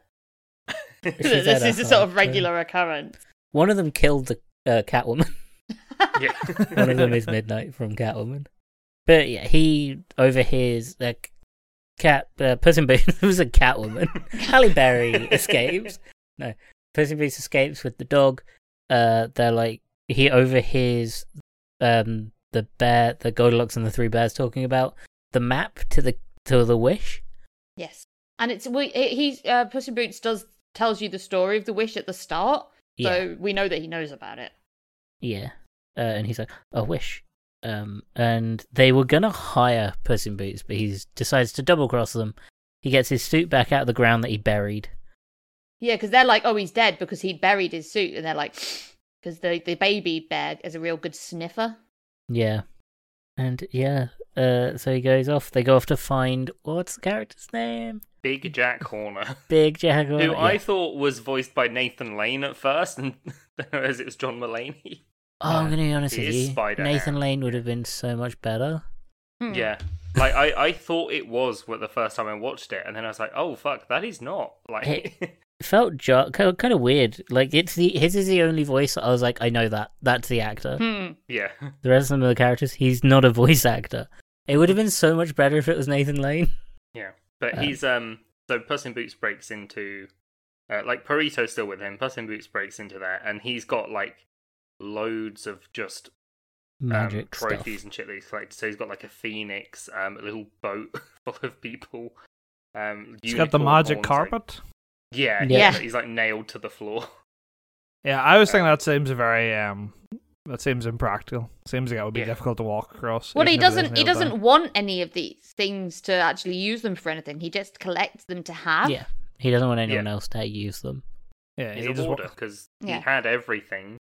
[SPEAKER 2] She's
[SPEAKER 3] That this
[SPEAKER 2] had a
[SPEAKER 3] is a sort
[SPEAKER 2] hard
[SPEAKER 3] of
[SPEAKER 2] time.
[SPEAKER 3] regular occurrence.
[SPEAKER 2] One of them killed the uh, Catwoman.
[SPEAKER 1] Yeah.
[SPEAKER 2] One of them is Midnight from Catwoman. But yeah, he overhears the c- cat uh, Puss in Boots. it was a Catwoman. Halle Berry escapes. No, Puss in Boots escapes with the dog. Uh, they're like he overhears um the bear, the Goldilocks and the three bears talking about the map to the to the wish.
[SPEAKER 3] Yes, and it's we he- he's uh, Puss in Boots does tells you the story of the wish at the start,
[SPEAKER 2] Yeah,
[SPEAKER 3] so we know that he knows about it.
[SPEAKER 2] yeah. Uh, and he's like, a wish. Um, and they were gonna hire Puss in Boots, but he decides to double cross them. He gets his suit back out of the ground that he buried.
[SPEAKER 3] Yeah, because they're like, oh, he's dead because he buried his suit, and they're like, because the the baby bear is a real good sniffer.
[SPEAKER 2] Yeah, and yeah, Uh, so he goes off. They go off to find what's the character's name?
[SPEAKER 1] Big Jack Horner,
[SPEAKER 2] Big Jaguar.
[SPEAKER 1] who
[SPEAKER 2] Uh, yeah.
[SPEAKER 1] I thought was voiced by Nathan Lane at first, and as it was John Mulaney.
[SPEAKER 2] oh, I'm gonna be honest
[SPEAKER 1] He
[SPEAKER 2] with
[SPEAKER 1] is
[SPEAKER 2] you.
[SPEAKER 1] Spider-Man.
[SPEAKER 2] Nathan Lane would have been so much better.
[SPEAKER 3] Hmm.
[SPEAKER 1] Yeah, like I, I thought it was what the first time I watched it, and then I was like, oh fuck, that is not like.
[SPEAKER 2] It felt jo- kind of- kind of weird. Like it's the his is the only voice I was like, I know that that's the actor.
[SPEAKER 3] Hmm.
[SPEAKER 1] yeah,
[SPEAKER 2] the rest of the characters, he's not a voice actor. It would have been so much better if it was Nathan Lane.
[SPEAKER 1] yeah, but
[SPEAKER 4] Uh-huh.
[SPEAKER 2] Uh.
[SPEAKER 1] he's um. So Puss in Boots breaks into, uh, like Perito's still with him. Puss in Boots breaks into there, and he's got like loads of just
[SPEAKER 2] Magic
[SPEAKER 1] um, trophies
[SPEAKER 2] stuff.
[SPEAKER 1] and shit that he's collected. So he's got like a phoenix, um, a little boat full of people. Um,
[SPEAKER 4] He's got the
[SPEAKER 1] unicorn
[SPEAKER 4] magic
[SPEAKER 1] horns, like-
[SPEAKER 4] carpet.
[SPEAKER 1] yeah,
[SPEAKER 2] Yeah.
[SPEAKER 1] yeah. He's like nailed to the floor.
[SPEAKER 4] Yeah, I was thinking that seems very um that seems impractical. Seems like it would be
[SPEAKER 1] Yeah.
[SPEAKER 4] difficult to walk across.
[SPEAKER 3] Well,
[SPEAKER 4] even
[SPEAKER 3] he
[SPEAKER 4] if it is
[SPEAKER 3] doesn't. He
[SPEAKER 4] nailed down.
[SPEAKER 3] doesn't want any of these things to actually use them for anything. He just collects them to have.
[SPEAKER 2] Yeah, he doesn't want anyone
[SPEAKER 1] Yeah.
[SPEAKER 2] else to use them.
[SPEAKER 4] Yeah,
[SPEAKER 1] he's
[SPEAKER 4] he
[SPEAKER 1] a
[SPEAKER 4] just. wa-
[SPEAKER 1] hoarder because
[SPEAKER 3] Yeah.
[SPEAKER 1] he had everything.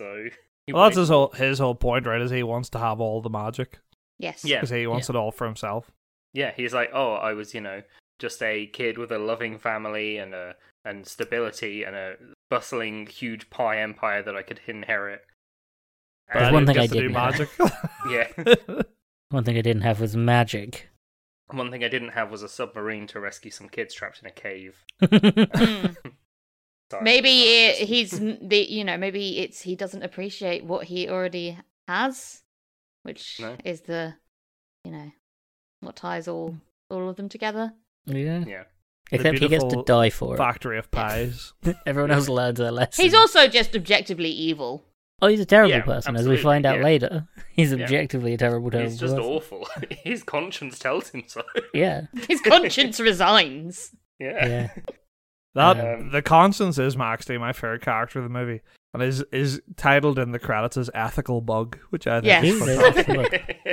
[SPEAKER 1] So he
[SPEAKER 4] Well, that's
[SPEAKER 1] wanted-
[SPEAKER 4] his whole his whole point, right? Is he wants to have all the magic
[SPEAKER 3] Yes.
[SPEAKER 1] Yeah.
[SPEAKER 4] because he wants it all for himself.
[SPEAKER 1] yeah. He's like, oh, I was, you know, just a kid with a loving family and a and stability and a bustling huge pie empire that I could inherit.
[SPEAKER 4] But
[SPEAKER 2] There's
[SPEAKER 1] And
[SPEAKER 4] I
[SPEAKER 2] one
[SPEAKER 1] it
[SPEAKER 4] didn't
[SPEAKER 2] thing I
[SPEAKER 4] get to do
[SPEAKER 2] didn't
[SPEAKER 4] magic.
[SPEAKER 1] Yeah.
[SPEAKER 2] One thing I didn't have was magic.
[SPEAKER 1] One thing I didn't have was a submarine to rescue some kids trapped in a cave.
[SPEAKER 3] Hmm.
[SPEAKER 1] Sorry.
[SPEAKER 3] maybe
[SPEAKER 1] Sorry,
[SPEAKER 3] it,
[SPEAKER 1] just-
[SPEAKER 3] he's n- the. You know, maybe it's he doesn't appreciate what he already has, which
[SPEAKER 1] No.
[SPEAKER 3] is the, you know, what ties all all of them together.
[SPEAKER 2] yeah.
[SPEAKER 1] yeah.
[SPEAKER 2] Except he gets to
[SPEAKER 4] beautiful
[SPEAKER 2] die for
[SPEAKER 4] Factory of pies.
[SPEAKER 2] it. Everyone else learns their lesson.
[SPEAKER 3] He's also just objectively evil.
[SPEAKER 2] oh, he's a terrible
[SPEAKER 1] Yeah,
[SPEAKER 2] person, as we
[SPEAKER 1] absolutely,
[SPEAKER 2] find out
[SPEAKER 1] yeah.
[SPEAKER 2] later. He's
[SPEAKER 1] Yeah.
[SPEAKER 2] objectively a terrible, terrible
[SPEAKER 1] He's just
[SPEAKER 2] person.
[SPEAKER 1] awful. His conscience tells him so.
[SPEAKER 2] Yeah,
[SPEAKER 3] His conscience resigns.
[SPEAKER 1] Yeah.
[SPEAKER 2] yeah.
[SPEAKER 4] That
[SPEAKER 1] Um,
[SPEAKER 4] the conscience is actually my favorite character of the movie, and is is titled in the credits as ethical bug, which I think
[SPEAKER 3] Yes.
[SPEAKER 4] is
[SPEAKER 2] He's
[SPEAKER 4] fantastic.
[SPEAKER 2] a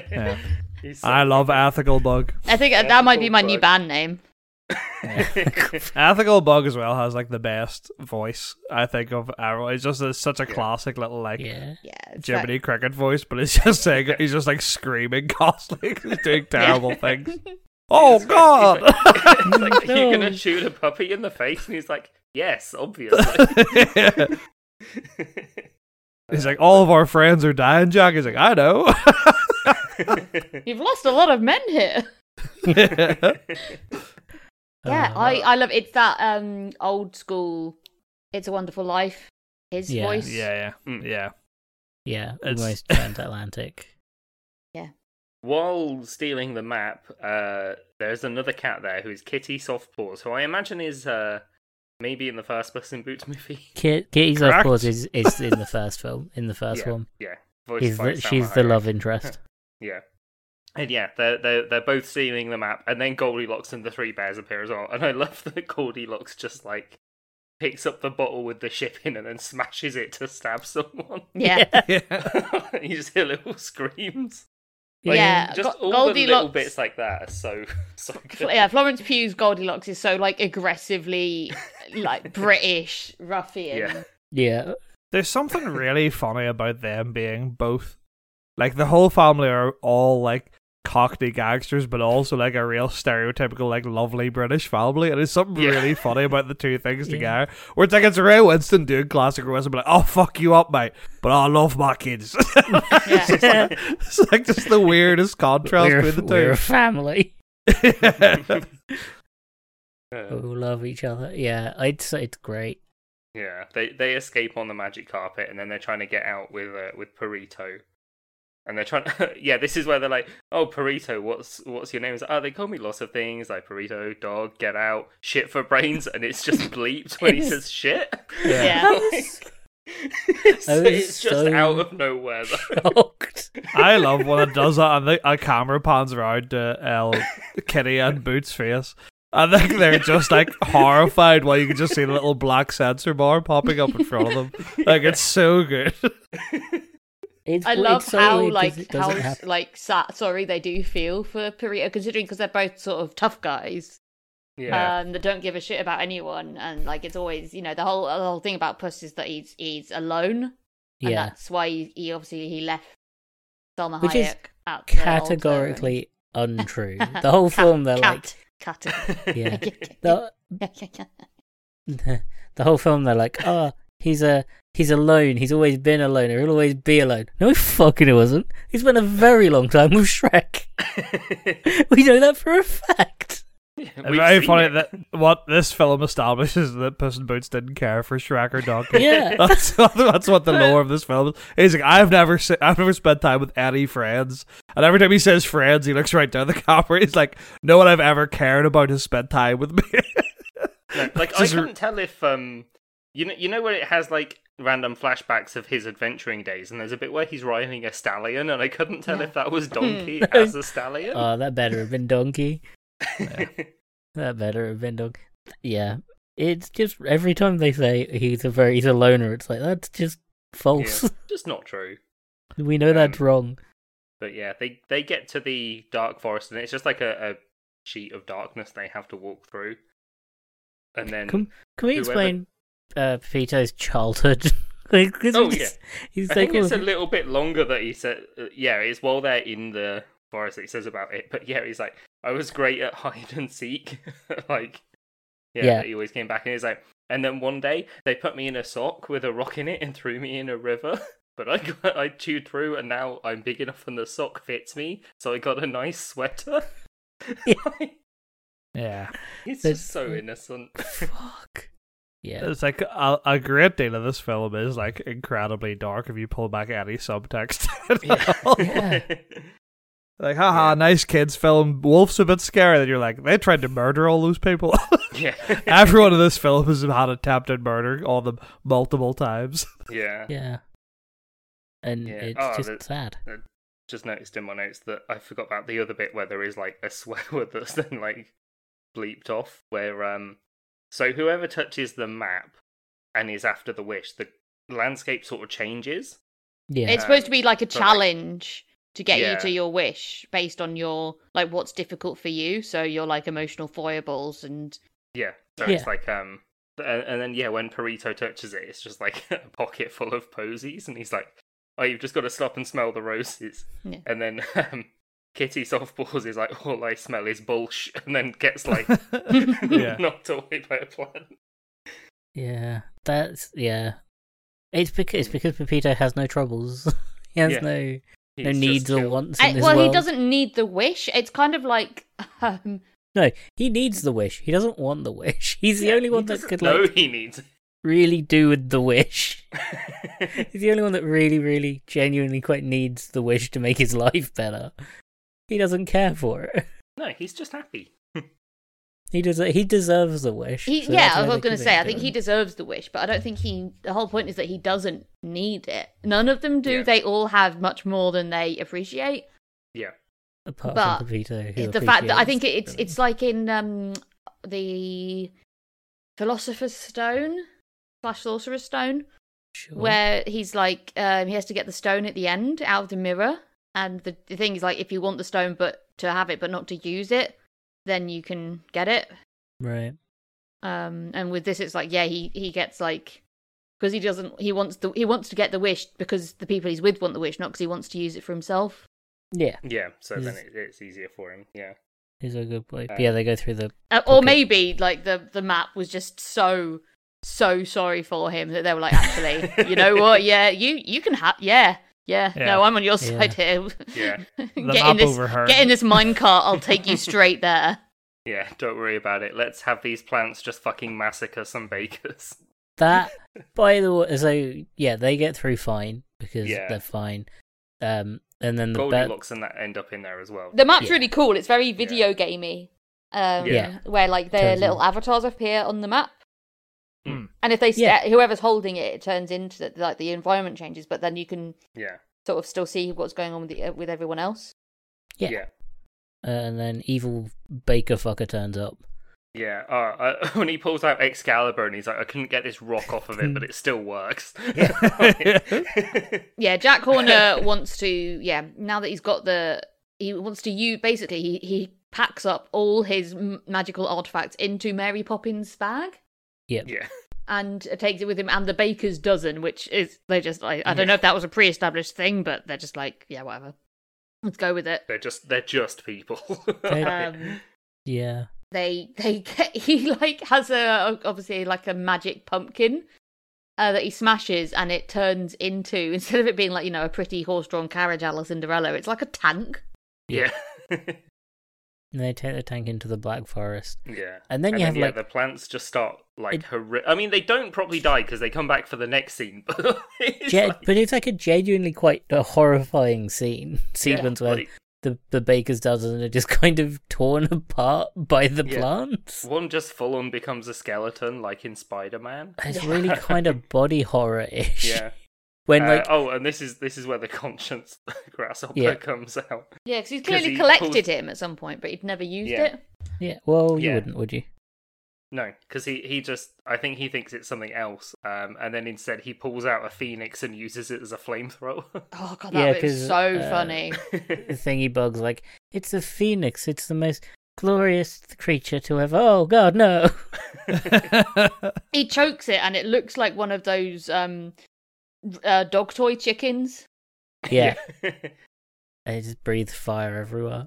[SPEAKER 2] terrible-
[SPEAKER 4] Yeah.
[SPEAKER 1] He's so-
[SPEAKER 4] I love ethical bug.
[SPEAKER 3] I think that might be my new
[SPEAKER 1] Ethical
[SPEAKER 3] band name.
[SPEAKER 4] Ethical Bug as well has like the best voice I think of everyone. It's just it's such a
[SPEAKER 1] Yeah.
[SPEAKER 4] classic little like
[SPEAKER 2] yeah.
[SPEAKER 3] Yeah. it's that-
[SPEAKER 4] Jiminy Cricket voice, but it's just saying he's just like screaming constantly, he's doing terrible things. Oh
[SPEAKER 1] He's like-
[SPEAKER 4] God!
[SPEAKER 1] he's like- he's like, Are you
[SPEAKER 2] No.
[SPEAKER 1] gonna shoot a puppy in the face? And he's like, Yes, obviously.
[SPEAKER 4] He's like, all of our friends are dying, Jack. He's like, I know.
[SPEAKER 3] You've lost a lot of men here. Yeah,
[SPEAKER 2] Uh,
[SPEAKER 3] I, I love it's that um old school It's a Wonderful Life. His
[SPEAKER 2] Yeah.
[SPEAKER 4] yeah,
[SPEAKER 3] voice.
[SPEAKER 4] yeah,
[SPEAKER 1] Mm.
[SPEAKER 4] yeah.
[SPEAKER 2] yeah,
[SPEAKER 4] It's-
[SPEAKER 2] almost transatlantic.
[SPEAKER 1] While stealing the map, uh, there's another cat there who is Kitty Softpaws, who I imagine is uh, maybe in the first Puss in Boots movie.
[SPEAKER 2] Ki- Kitty's of
[SPEAKER 4] Correct.
[SPEAKER 2] course is, is in the first film. In the first
[SPEAKER 1] yeah,
[SPEAKER 2] one,
[SPEAKER 1] yeah. Voiced
[SPEAKER 2] he's
[SPEAKER 1] by
[SPEAKER 2] the,
[SPEAKER 1] Salma
[SPEAKER 2] she's the
[SPEAKER 1] Hayek.
[SPEAKER 2] love interest.
[SPEAKER 1] Yeah. And yeah, they're, they're, they're both stealing the map, and then Goldilocks and the three bears appear as well. And I love that Goldilocks just like picks up the bottle with the ship in and then smashes it to stab someone.
[SPEAKER 3] Yeah.
[SPEAKER 4] yeah.
[SPEAKER 1] you just hear little screams.
[SPEAKER 3] Yeah.
[SPEAKER 1] Like, um,
[SPEAKER 3] Yeah,
[SPEAKER 1] Just all
[SPEAKER 3] Go-
[SPEAKER 1] the little
[SPEAKER 3] Goldilocks-
[SPEAKER 1] bits like that are so, so
[SPEAKER 3] Fl-
[SPEAKER 1] good.
[SPEAKER 3] Yeah, Florence Pugh's Goldilocks is so like aggressively like British ruffian.
[SPEAKER 1] Yeah.
[SPEAKER 2] Yeah,
[SPEAKER 4] There's something really funny about them being both, like the whole family are all like cockney gangsters, but also like a real stereotypical like lovely British family. And there's something
[SPEAKER 1] Yeah.
[SPEAKER 4] really funny about the two things
[SPEAKER 2] Yeah.
[SPEAKER 4] together. Where it's like it's Ray Winston doing classic Ray Winston, but like, oh fuck you up, mate. But I love my kids.
[SPEAKER 3] Yeah.
[SPEAKER 4] it's, like, it's like just the weirdest contrast
[SPEAKER 2] we're, a-
[SPEAKER 4] between
[SPEAKER 2] we're a
[SPEAKER 4] the
[SPEAKER 2] family.
[SPEAKER 4] two.
[SPEAKER 2] We
[SPEAKER 1] Uh,
[SPEAKER 2] all love each other. Yeah, I'd say it's great.
[SPEAKER 1] yeah, they they escape on the magic carpet, and then they're trying to get out with uh, with Perito, and they're trying. yeah, this is where they're like, "Oh, Perito, what's what's your name?" It's like, oh, they call me lots of things like Perito, dog, get out, shit for brains, and it's just bleeped when he
[SPEAKER 2] It's-
[SPEAKER 1] says shit.
[SPEAKER 4] Yeah.
[SPEAKER 3] Yeah.
[SPEAKER 2] I was I
[SPEAKER 1] so
[SPEAKER 2] was
[SPEAKER 1] it's just
[SPEAKER 2] so-
[SPEAKER 1] out of nowhere. Though.
[SPEAKER 2] shocked.
[SPEAKER 4] I love when it does that and the a camera pans around to El Kitty and Boots' face. I think they're just like horrified while you can just see the little black sensor bar popping up in front of them. Like it's so good.
[SPEAKER 2] It's,
[SPEAKER 3] I
[SPEAKER 2] w-
[SPEAKER 3] love
[SPEAKER 2] it's so
[SPEAKER 3] how
[SPEAKER 2] weird 'cause
[SPEAKER 3] like
[SPEAKER 2] it
[SPEAKER 3] how
[SPEAKER 2] doesn't happen.
[SPEAKER 3] like sa- sorry they do feel for Perito considering because they're both sort of tough guys.
[SPEAKER 1] yeah,
[SPEAKER 3] um, that don't give a shit about anyone, and like it's always you know the whole the whole thing about Puss is that he's he's alone, and
[SPEAKER 2] yeah,
[SPEAKER 3] that's why he, he obviously he left Selma
[SPEAKER 2] Which is-
[SPEAKER 3] Hayek. at the altar and-
[SPEAKER 2] Categorically untrue. The whole film, they're
[SPEAKER 3] cat, cat, cat.
[SPEAKER 2] like, yeah. The, the whole film, they're like, oh, he's a he's alone. He's always been alone. He'll always be alone. No, he fucking wasn't. He spent a very long time with Shrek.
[SPEAKER 3] Uh,
[SPEAKER 2] we know that for a fact.
[SPEAKER 1] We've
[SPEAKER 4] very
[SPEAKER 1] seen
[SPEAKER 4] funny
[SPEAKER 1] it.
[SPEAKER 4] that what this film establishes is that Puss in Boots didn't care for Shrek or Donkey.
[SPEAKER 2] Yeah.
[SPEAKER 4] That's, that's what the lore of this film is. He's like, I've never, se- I've never spent time with any friends, and every time he says friends, he looks right down the camera. He's like, no one I've ever cared about has spent time with me.
[SPEAKER 1] No, like I
[SPEAKER 4] Just-
[SPEAKER 1] couldn't tell if um you know you know where it has like random flashbacks of his adventuring days and there's a bit where he's riding a stallion and I couldn't tell if that was Donkey as a stallion.
[SPEAKER 2] Oh, that better have been Donkey. That better have been Donkey. Yeah. It's just every time they say he's a very he's a loner, it's like that's just false.
[SPEAKER 1] Yeah, just not true.
[SPEAKER 2] we know that's
[SPEAKER 1] Um,
[SPEAKER 2] wrong.
[SPEAKER 1] But yeah, they they get to the dark forest and it's just like a, a sheet of darkness they have to walk through. And then
[SPEAKER 2] Can, can we
[SPEAKER 1] whoever-
[SPEAKER 2] explain uh, Pepito's childhood? like, 'cause
[SPEAKER 1] Oh,
[SPEAKER 2] he's, he's
[SPEAKER 1] I
[SPEAKER 2] like,
[SPEAKER 1] think it's
[SPEAKER 2] all-
[SPEAKER 1] a little bit longer that he said. uh, Yeah, it's while they're in the forest that he says about it. But yeah, he's like, I was great at hide and seek. like, yeah,
[SPEAKER 2] Yeah.
[SPEAKER 1] he always came back and he's like, and then one day they put me in a sock with a rock in it and threw me in a river. But I got, I chewed through and now I'm big enough and the sock fits me, so I got a nice sweater.
[SPEAKER 2] Yeah.
[SPEAKER 4] yeah.
[SPEAKER 1] He's
[SPEAKER 2] That's-
[SPEAKER 1] just so innocent.
[SPEAKER 2] fuck.
[SPEAKER 1] Uh,
[SPEAKER 2] Yeah.
[SPEAKER 4] It's like a, a great deal of this film is like incredibly dark if you pull back any subtext. at
[SPEAKER 2] Oh,
[SPEAKER 4] all. Like, haha,
[SPEAKER 1] Yeah.
[SPEAKER 4] nice kids film. Wolf's a bit scary. Then you're like, they tried to murder all those people.
[SPEAKER 1] yeah,
[SPEAKER 4] Everyone in this film has had attempted murder on them multiple times.
[SPEAKER 1] yeah.
[SPEAKER 2] Yeah. And
[SPEAKER 1] Yeah.
[SPEAKER 2] it's
[SPEAKER 1] Oh,
[SPEAKER 2] just
[SPEAKER 1] that-
[SPEAKER 2] sad.
[SPEAKER 1] just noticed in my notes that I forgot about the other bit where there is like a swear word that's then like bleeped off. Where um, so whoever touches the map and is after the wish, the landscape sort of changes.
[SPEAKER 2] Yeah.
[SPEAKER 3] It's supposed to be like a
[SPEAKER 1] So, like-
[SPEAKER 3] challenge to get
[SPEAKER 1] Yeah.
[SPEAKER 3] you to your wish based on your like what's difficult for you. So your like emotional foibles and
[SPEAKER 1] Yeah, so
[SPEAKER 2] Yeah.
[SPEAKER 1] it's like um, and, and then yeah, when Perito touches it, it's just like a pocket full of posies, and he's like, "Oh, you've just got to stop and smell the roses."
[SPEAKER 3] Yeah.
[SPEAKER 1] And then um, Kitty softballs is like, "All I smell is bullsh," and then gets like
[SPEAKER 4] Yeah.
[SPEAKER 1] knocked away by a plant.
[SPEAKER 2] Yeah. That's yeah. It's because it's because Pepito has no troubles. he has
[SPEAKER 1] Mm. Yeah.
[SPEAKER 2] no
[SPEAKER 1] He's
[SPEAKER 2] no
[SPEAKER 1] just
[SPEAKER 2] needs or
[SPEAKER 1] killed.
[SPEAKER 2] wants in
[SPEAKER 3] I,
[SPEAKER 2] this
[SPEAKER 3] well, he
[SPEAKER 2] world.
[SPEAKER 3] doesn't need the wish. It's kind of like um,
[SPEAKER 2] No, he needs the wish. He doesn't want the wish. He's the
[SPEAKER 1] Yeah,
[SPEAKER 2] only
[SPEAKER 1] he
[SPEAKER 2] one that
[SPEAKER 1] doesn't
[SPEAKER 2] could
[SPEAKER 1] know
[SPEAKER 2] like
[SPEAKER 1] he needs it.
[SPEAKER 2] really do with the wish. He's the only one that really, really, genuinely quite needs the wish to make his life better. He doesn't care for it.
[SPEAKER 1] no, he's just happy.
[SPEAKER 2] He does. He deserves the wish.
[SPEAKER 3] he,
[SPEAKER 2] so
[SPEAKER 3] yeah,
[SPEAKER 2] that's
[SPEAKER 3] I
[SPEAKER 2] why
[SPEAKER 3] was
[SPEAKER 2] they
[SPEAKER 3] going
[SPEAKER 2] give
[SPEAKER 3] to
[SPEAKER 2] it
[SPEAKER 3] say, I
[SPEAKER 2] to
[SPEAKER 3] think
[SPEAKER 2] him.
[SPEAKER 3] he deserves the wish, but I don't think he. The whole point is that he doesn't need it. None of them do.
[SPEAKER 1] Yeah.
[SPEAKER 3] They all have much more than they appreciate.
[SPEAKER 1] Yeah.
[SPEAKER 2] Apart
[SPEAKER 3] but
[SPEAKER 2] from Pepito, who
[SPEAKER 3] the fact that I
[SPEAKER 2] appreciates
[SPEAKER 3] think it's
[SPEAKER 2] them.
[SPEAKER 3] it's like in um the Philosopher's Stone slash Sorcerer's Stone,
[SPEAKER 2] Sure.
[SPEAKER 3] where he's like um, he has to get the stone at the end out of the mirror, and the, the thing is like if you want the stone but to have it but not to use it, then you can get it.
[SPEAKER 2] right.
[SPEAKER 3] Um, and with this, it's like yeah, he he gets like because he doesn't he wants the he wants to get the wish because the people he's with want the wish, not because he wants to use it for himself.
[SPEAKER 2] Yeah,
[SPEAKER 1] Yeah. So then
[SPEAKER 2] He's-
[SPEAKER 1] it, it's easier for him. Yeah.
[SPEAKER 2] he's a good boy. But
[SPEAKER 1] Uh,
[SPEAKER 2] yeah, they go through the
[SPEAKER 3] Uh, or
[SPEAKER 2] Okay.
[SPEAKER 3] maybe like the the map was just so so sorry for him that they were like, actually, you know what? Yeah, you you can have yeah. Yeah,
[SPEAKER 4] Yeah.
[SPEAKER 3] no, I'm on your side here.
[SPEAKER 1] Yeah.
[SPEAKER 3] get
[SPEAKER 4] map
[SPEAKER 3] in this,
[SPEAKER 4] overheard.
[SPEAKER 3] get in this minecart. I'll take you straight there.
[SPEAKER 1] Yeah. Don't worry about it. Let's have these plants just fucking massacre some bakers.
[SPEAKER 2] that. by the way, so yeah, they get through fine because
[SPEAKER 1] Yeah.
[SPEAKER 2] they're fine. Um, and then the bet.
[SPEAKER 1] Goldilocks and that end up in there as well.
[SPEAKER 3] The map's
[SPEAKER 2] Yeah.
[SPEAKER 3] really cool. It's very video gamey. Um,
[SPEAKER 1] Yeah.
[SPEAKER 3] where like their
[SPEAKER 2] Totally.
[SPEAKER 3] little avatars appear on the map,
[SPEAKER 2] Hmm.
[SPEAKER 1] Mm.
[SPEAKER 3] and if they sta
[SPEAKER 2] Yeah.
[SPEAKER 3] whoever's holding it, it turns into the, like the environment changes, but then you can
[SPEAKER 1] Yeah.
[SPEAKER 3] sort of still see what's going on with the, uh, with everyone else.
[SPEAKER 2] Yeah.
[SPEAKER 1] Yeah.
[SPEAKER 2] and then evil baker fucker turns up.
[SPEAKER 1] Yeah. Uh, uh, when he pulls out Excalibur and he's like, I couldn't get this rock off of it, but it still works.
[SPEAKER 3] Yeah, Jack Horner wants to. Yeah, now that he's got the, he wants to use. Basically, he he packs up all his m- magical artifacts into Mary Poppins' bag.
[SPEAKER 2] Yep.
[SPEAKER 1] yeah.
[SPEAKER 3] and uh, takes it with him and the baker's dozen which is they just like i don't know if that was a pre-established thing but they're just like yeah whatever Let's go with it.
[SPEAKER 1] They're just they're just people.
[SPEAKER 2] They-
[SPEAKER 3] Um,
[SPEAKER 2] Yeah.
[SPEAKER 3] they they get he like has a obviously like a magic pumpkin uh, that he smashes and it turns into instead of it being like you know a pretty horse-drawn carriage a la Cinderella, it's like a tank.
[SPEAKER 1] yeah.
[SPEAKER 2] And they take the tank into the Black Forest.
[SPEAKER 1] Yeah.
[SPEAKER 2] And then you have,
[SPEAKER 1] yeah,
[SPEAKER 2] like-
[SPEAKER 1] the plants just start like
[SPEAKER 2] It-
[SPEAKER 1] horri- I mean they don't properly die because they come back for the next scene, but it's
[SPEAKER 2] Ge-
[SPEAKER 1] like-
[SPEAKER 2] But it's like a genuinely quite a horrifying scene
[SPEAKER 1] yeah,
[SPEAKER 2] sequence where
[SPEAKER 1] like,
[SPEAKER 2] the, the baker's dozen are just kind of torn apart by the
[SPEAKER 1] Yeah.
[SPEAKER 2] plants.
[SPEAKER 1] one just full on becomes a skeleton like in Spider Man.
[SPEAKER 2] It's
[SPEAKER 3] Yeah.
[SPEAKER 2] really kind of body horror ish.
[SPEAKER 1] Yeah.
[SPEAKER 2] When
[SPEAKER 1] Uh,
[SPEAKER 2] like
[SPEAKER 1] oh, and this is this is where the conscience grasshopper
[SPEAKER 2] Yeah.
[SPEAKER 1] comes out.
[SPEAKER 3] Yeah, because he's
[SPEAKER 1] 'Cause
[SPEAKER 3] clearly
[SPEAKER 1] he
[SPEAKER 3] collected
[SPEAKER 1] pulls-
[SPEAKER 3] him at some point, but he'd never used
[SPEAKER 1] Yeah.
[SPEAKER 3] it.
[SPEAKER 2] yeah, well you
[SPEAKER 1] Yeah.
[SPEAKER 2] wouldn't, would you?
[SPEAKER 1] No, because he, he just I think he thinks it's something else, um, and then instead he pulls out a phoenix and uses it as a flamethrower.
[SPEAKER 3] Oh god,
[SPEAKER 2] Yeah,
[SPEAKER 3] that was
[SPEAKER 2] 'cause,
[SPEAKER 3] so
[SPEAKER 2] uh,
[SPEAKER 3] funny.
[SPEAKER 2] The thingy bugs like it's a phoenix. It's the most glorious creature to ever. Oh God, no!
[SPEAKER 3] He chokes it and it looks like one of those um uh, dog toy chickens.
[SPEAKER 2] Yeah, and it just breathes fire everywhere.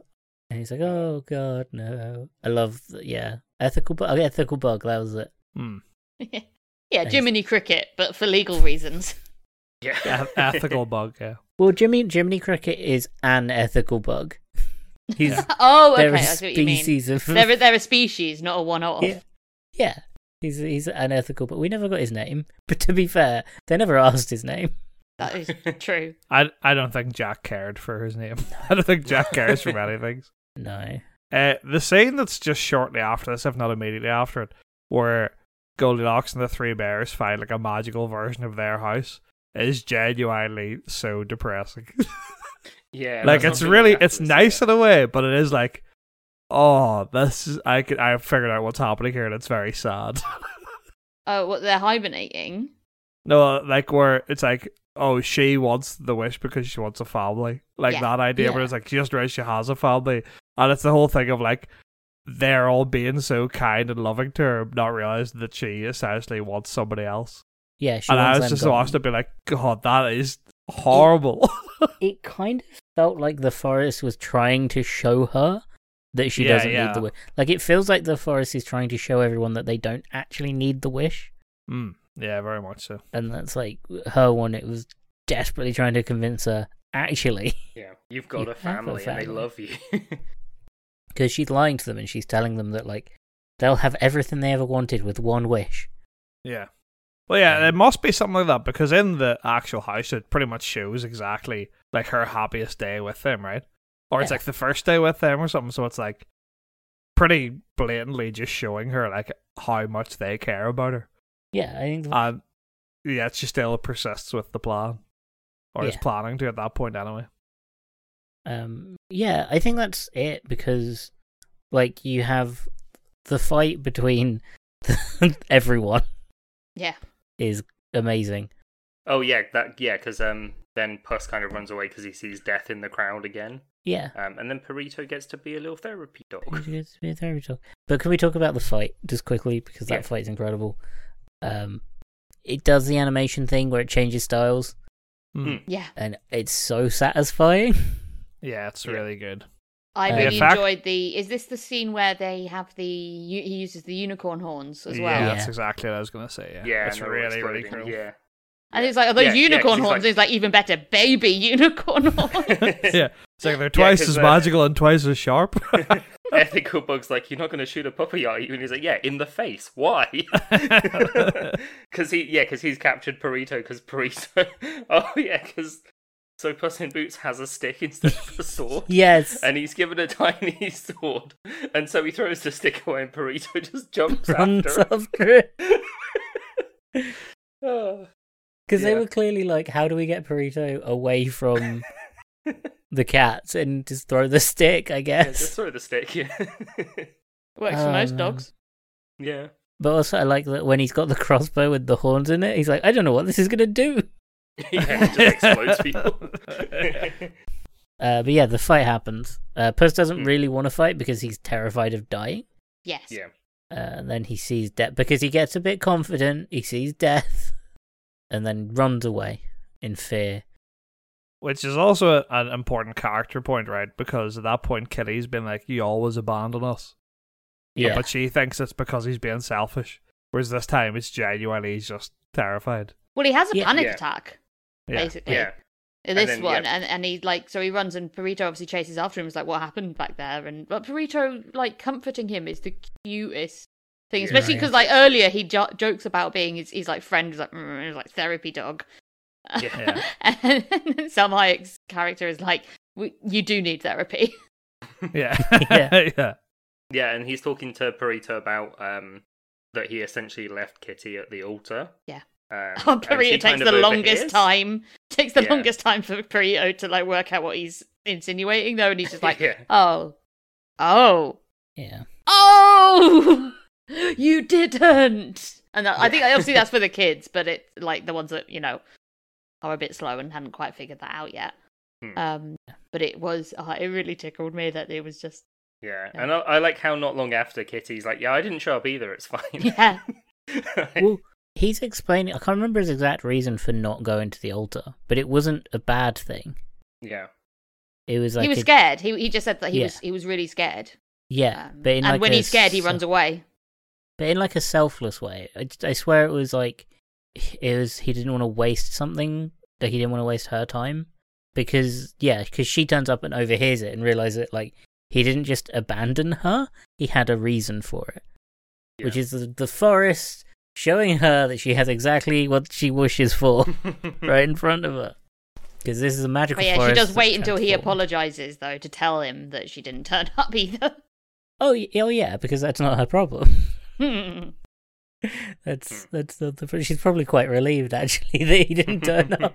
[SPEAKER 2] And he's like, "Oh God, no!" I love, th- yeah, ethical bug. Ethical bug. That was it.
[SPEAKER 4] Hmm.
[SPEAKER 3] yeah,
[SPEAKER 2] Nice.
[SPEAKER 3] Jiminy Cricket, but for legal reasons.
[SPEAKER 1] yeah,
[SPEAKER 4] Eth- E-, ethical bug, yeah.
[SPEAKER 2] Well, Jimmy Jiminy Cricket is an ethical bug. He's
[SPEAKER 3] oh, okay,
[SPEAKER 2] they're a
[SPEAKER 3] I see what you mean.
[SPEAKER 2] species of
[SPEAKER 3] They're a, they're a species, not a one-off.
[SPEAKER 2] Yeah. yeah. He's he's unethical, but we never got his name. But to be fair, they never asked his name.
[SPEAKER 3] That is true.
[SPEAKER 4] I, I don't think Jack cared for his name. I don't think Jack cares for many things.
[SPEAKER 2] No.
[SPEAKER 4] Uh, the scene that's just shortly after this, if not immediately after it, where Goldilocks and the Three Bears find like a magical version of their house is genuinely so depressing.
[SPEAKER 1] yeah.
[SPEAKER 4] like
[SPEAKER 1] that's
[SPEAKER 4] it's
[SPEAKER 1] not
[SPEAKER 4] really
[SPEAKER 1] really
[SPEAKER 4] it's nice in a way, but it is like, oh, this is I could, I figured out what's happening here, and it's very sad.
[SPEAKER 3] Oh, what they're hibernating.
[SPEAKER 4] No, like where it's like, oh, she wants the wish because she wants a family, like
[SPEAKER 3] Yeah.
[SPEAKER 4] that idea. But
[SPEAKER 2] Yeah.
[SPEAKER 4] it's like she just realized she has a family, and it's the whole thing of like they're all being so kind and loving to her, not realizing that she essentially wants somebody else.
[SPEAKER 2] Yeah, she
[SPEAKER 4] and I
[SPEAKER 2] wants
[SPEAKER 4] was
[SPEAKER 2] them
[SPEAKER 4] just watching
[SPEAKER 2] gone.
[SPEAKER 4] it, be like, God, that is horrible.
[SPEAKER 2] It kind of felt like the forest was trying to show her that she
[SPEAKER 4] Yeah,
[SPEAKER 2] doesn't
[SPEAKER 4] yeah.
[SPEAKER 2] need the wish. Like it feels like the forest is trying to show everyone that they don't actually need the wish,
[SPEAKER 4] mm, yeah, very much so.
[SPEAKER 2] and that's like her one. It was desperately trying to convince her actually,
[SPEAKER 1] Yeah, you've got
[SPEAKER 2] You
[SPEAKER 1] a
[SPEAKER 2] have a
[SPEAKER 1] family, and they
[SPEAKER 2] family.
[SPEAKER 1] love you.
[SPEAKER 2] because she's lying to them and she's telling them that like they'll have everything they ever wanted with one wish.
[SPEAKER 4] Yeah. Well, yeah, it must be something like that because in the actual house, it pretty much shows exactly like her happiest day with them, right? Or it's
[SPEAKER 2] Yeah.
[SPEAKER 4] like the first day with them or something. So it's like pretty blatantly just showing her like how much they care about her.
[SPEAKER 2] Yeah, I think. the-
[SPEAKER 4] And yeah, she still persists with the plan or is
[SPEAKER 2] Yeah.
[SPEAKER 4] planning to at that point anyway.
[SPEAKER 2] um yeah i think that's it because like you have the fight between everyone
[SPEAKER 3] Yeah.
[SPEAKER 2] is amazing
[SPEAKER 1] oh yeah, that yeah, because um, then Puss kind of runs away because he sees death in the crowd again,
[SPEAKER 2] yeah
[SPEAKER 1] um, and then Perito gets to be a little therapy dog.
[SPEAKER 2] It's been a therapy talk. but can we talk about the fight just quickly because that
[SPEAKER 1] Yeah.
[SPEAKER 2] fight's incredible um it does the animation thing where it changes styles
[SPEAKER 4] Mm.
[SPEAKER 1] Mm.
[SPEAKER 3] Yeah.
[SPEAKER 2] and it's so satisfying
[SPEAKER 4] Yeah, it's
[SPEAKER 1] Yeah.
[SPEAKER 4] really good.
[SPEAKER 3] I
[SPEAKER 2] Uh,
[SPEAKER 3] really
[SPEAKER 4] the fact-
[SPEAKER 3] enjoyed the. Is this the scene where they have the? u- He uses the unicorn horns as well.
[SPEAKER 4] Yeah,
[SPEAKER 2] Yeah.
[SPEAKER 4] that's exactly what I was going to say. Yeah,
[SPEAKER 1] Yeah,
[SPEAKER 4] it's
[SPEAKER 1] and they're all
[SPEAKER 4] really, really
[SPEAKER 1] exploding,
[SPEAKER 4] cool.
[SPEAKER 1] Yeah,
[SPEAKER 3] And it's like, are those
[SPEAKER 1] Yeah, yeah, 'cause
[SPEAKER 3] unicorn
[SPEAKER 1] he's
[SPEAKER 3] horns?
[SPEAKER 1] like-
[SPEAKER 3] It's like even better, baby unicorn horns.
[SPEAKER 4] yeah, it's like they're twice
[SPEAKER 1] 'cause uh,
[SPEAKER 4] as
[SPEAKER 1] the-
[SPEAKER 4] magical and twice as sharp.
[SPEAKER 1] Ethical Bug's like, you're not going to shoot a puppy, are you? And he's like, yeah, in the face. Why? Because he, yeah, because he's captured Burrito. Because Burrito, oh yeah, because so Puss in Boots has a stick instead of a sword.
[SPEAKER 2] yes
[SPEAKER 1] And he's given a tiny sword, and so he throws the stick away, and Burrito just jumps
[SPEAKER 2] runs
[SPEAKER 1] after. him.
[SPEAKER 2] after it
[SPEAKER 1] Oh.
[SPEAKER 2] because they
[SPEAKER 1] Yeah.
[SPEAKER 2] were clearly like how do we get Perito away from the cats and just throw the stick i
[SPEAKER 1] Yeah,
[SPEAKER 2] guess
[SPEAKER 1] just throw the stick. Yeah,
[SPEAKER 3] Works for most
[SPEAKER 2] Um,
[SPEAKER 3] dogs.
[SPEAKER 1] yeah.
[SPEAKER 2] But also, I like that when he's got the crossbow with the horns in it, he's like, I don't know what this is going to do.
[SPEAKER 1] yeah, he just explodes people.
[SPEAKER 2] Uh, but yeah, the fight happens. Uh, Puss doesn't
[SPEAKER 1] Hmm.
[SPEAKER 2] really want to fight because he's terrified of dying.
[SPEAKER 3] Yes.
[SPEAKER 1] yeah,
[SPEAKER 2] Uh, and then he sees death because he gets a bit confident. He sees death and then runs away in fear.
[SPEAKER 4] which is also a, an important character point, right? Because at that point, Kitty's been like, "You always abandon us,"
[SPEAKER 1] Yeah.
[SPEAKER 4] but she thinks it's because he's being selfish. Whereas this time, it's genuinely he's just terrified.
[SPEAKER 3] Well, he has a
[SPEAKER 2] Yeah.
[SPEAKER 3] panic
[SPEAKER 1] Yeah.
[SPEAKER 3] attack,
[SPEAKER 4] Yeah.
[SPEAKER 3] basically.
[SPEAKER 1] yeah.
[SPEAKER 3] In
[SPEAKER 1] And
[SPEAKER 3] this
[SPEAKER 1] then, yeah.
[SPEAKER 3] one, and, and he like so he runs and Perito obviously chases after him. It's like what happened back there, and but Perito like comforting him is the cutest thing,
[SPEAKER 1] Yeah.
[SPEAKER 3] especially because like earlier he jo- jokes about being his, his like friend was like mm, he's like therapy dog,
[SPEAKER 1] Yeah.
[SPEAKER 3] and then Sam Hayek's character is like "We- you do need therapy.
[SPEAKER 4] Yeah,
[SPEAKER 2] Yeah.
[SPEAKER 4] yeah,
[SPEAKER 1] Yeah, and he's talking to Perito about um that he essentially left Kitty at the altar.
[SPEAKER 3] Yeah.
[SPEAKER 1] Um,
[SPEAKER 3] Oh,
[SPEAKER 1] and she
[SPEAKER 3] Perito
[SPEAKER 1] kind
[SPEAKER 3] takes
[SPEAKER 1] of
[SPEAKER 3] the
[SPEAKER 1] overhears.
[SPEAKER 3] longest time. Takes the
[SPEAKER 1] Yeah.
[SPEAKER 3] longest time for Perito to like work out what he's insinuating though, and he's just like,
[SPEAKER 1] yeah.
[SPEAKER 3] oh, oh.
[SPEAKER 2] Yeah.
[SPEAKER 3] Oh, you didn't. And that, I think obviously that's for the kids, but it's like the ones that you know are a bit slow and hadn't quite figured that out yet.
[SPEAKER 1] Hmm.
[SPEAKER 3] Um, but it was uh, it really tickled me that it was just
[SPEAKER 1] Yeah, and I, I like how not long after Kitty's like, yeah, I didn't show up either. It's fine.
[SPEAKER 3] yeah
[SPEAKER 2] Well, he's explaining. I can't remember his exact reason for not going to the altar, but it wasn't a bad thing.
[SPEAKER 1] yeah,
[SPEAKER 2] It was like
[SPEAKER 3] he was
[SPEAKER 2] a-
[SPEAKER 3] scared. He he just said that he
[SPEAKER 2] Yeah.
[SPEAKER 3] was he was really scared.
[SPEAKER 2] Yeah,
[SPEAKER 3] Um,
[SPEAKER 2] but in
[SPEAKER 3] and
[SPEAKER 2] like
[SPEAKER 3] when
[SPEAKER 2] a
[SPEAKER 3] he's scared, he
[SPEAKER 2] se-
[SPEAKER 3] runs away.
[SPEAKER 2] But in like a selfless way. I, I swear it was like it was. He didn't want to waste something. Like he didn't want to waste her time because yeah, because she turns up and overhears it and realizes that like he didn't just abandon her. He had a reason for it,
[SPEAKER 1] yeah.
[SPEAKER 2] which is the, the forest showing her that she has exactly what she wishes for right in front of her. Because this is a magical
[SPEAKER 3] But Oh, yeah, she
[SPEAKER 2] forest
[SPEAKER 3] does
[SPEAKER 2] that's
[SPEAKER 3] wait until he
[SPEAKER 2] transformed.
[SPEAKER 3] apologizes though to tell him that she didn't turn up either.
[SPEAKER 2] Oh, y- oh yeah, because that's not her problem.
[SPEAKER 3] Hmm.
[SPEAKER 2] That's that's not the. pro- She's probably quite relieved actually that he didn't turn up.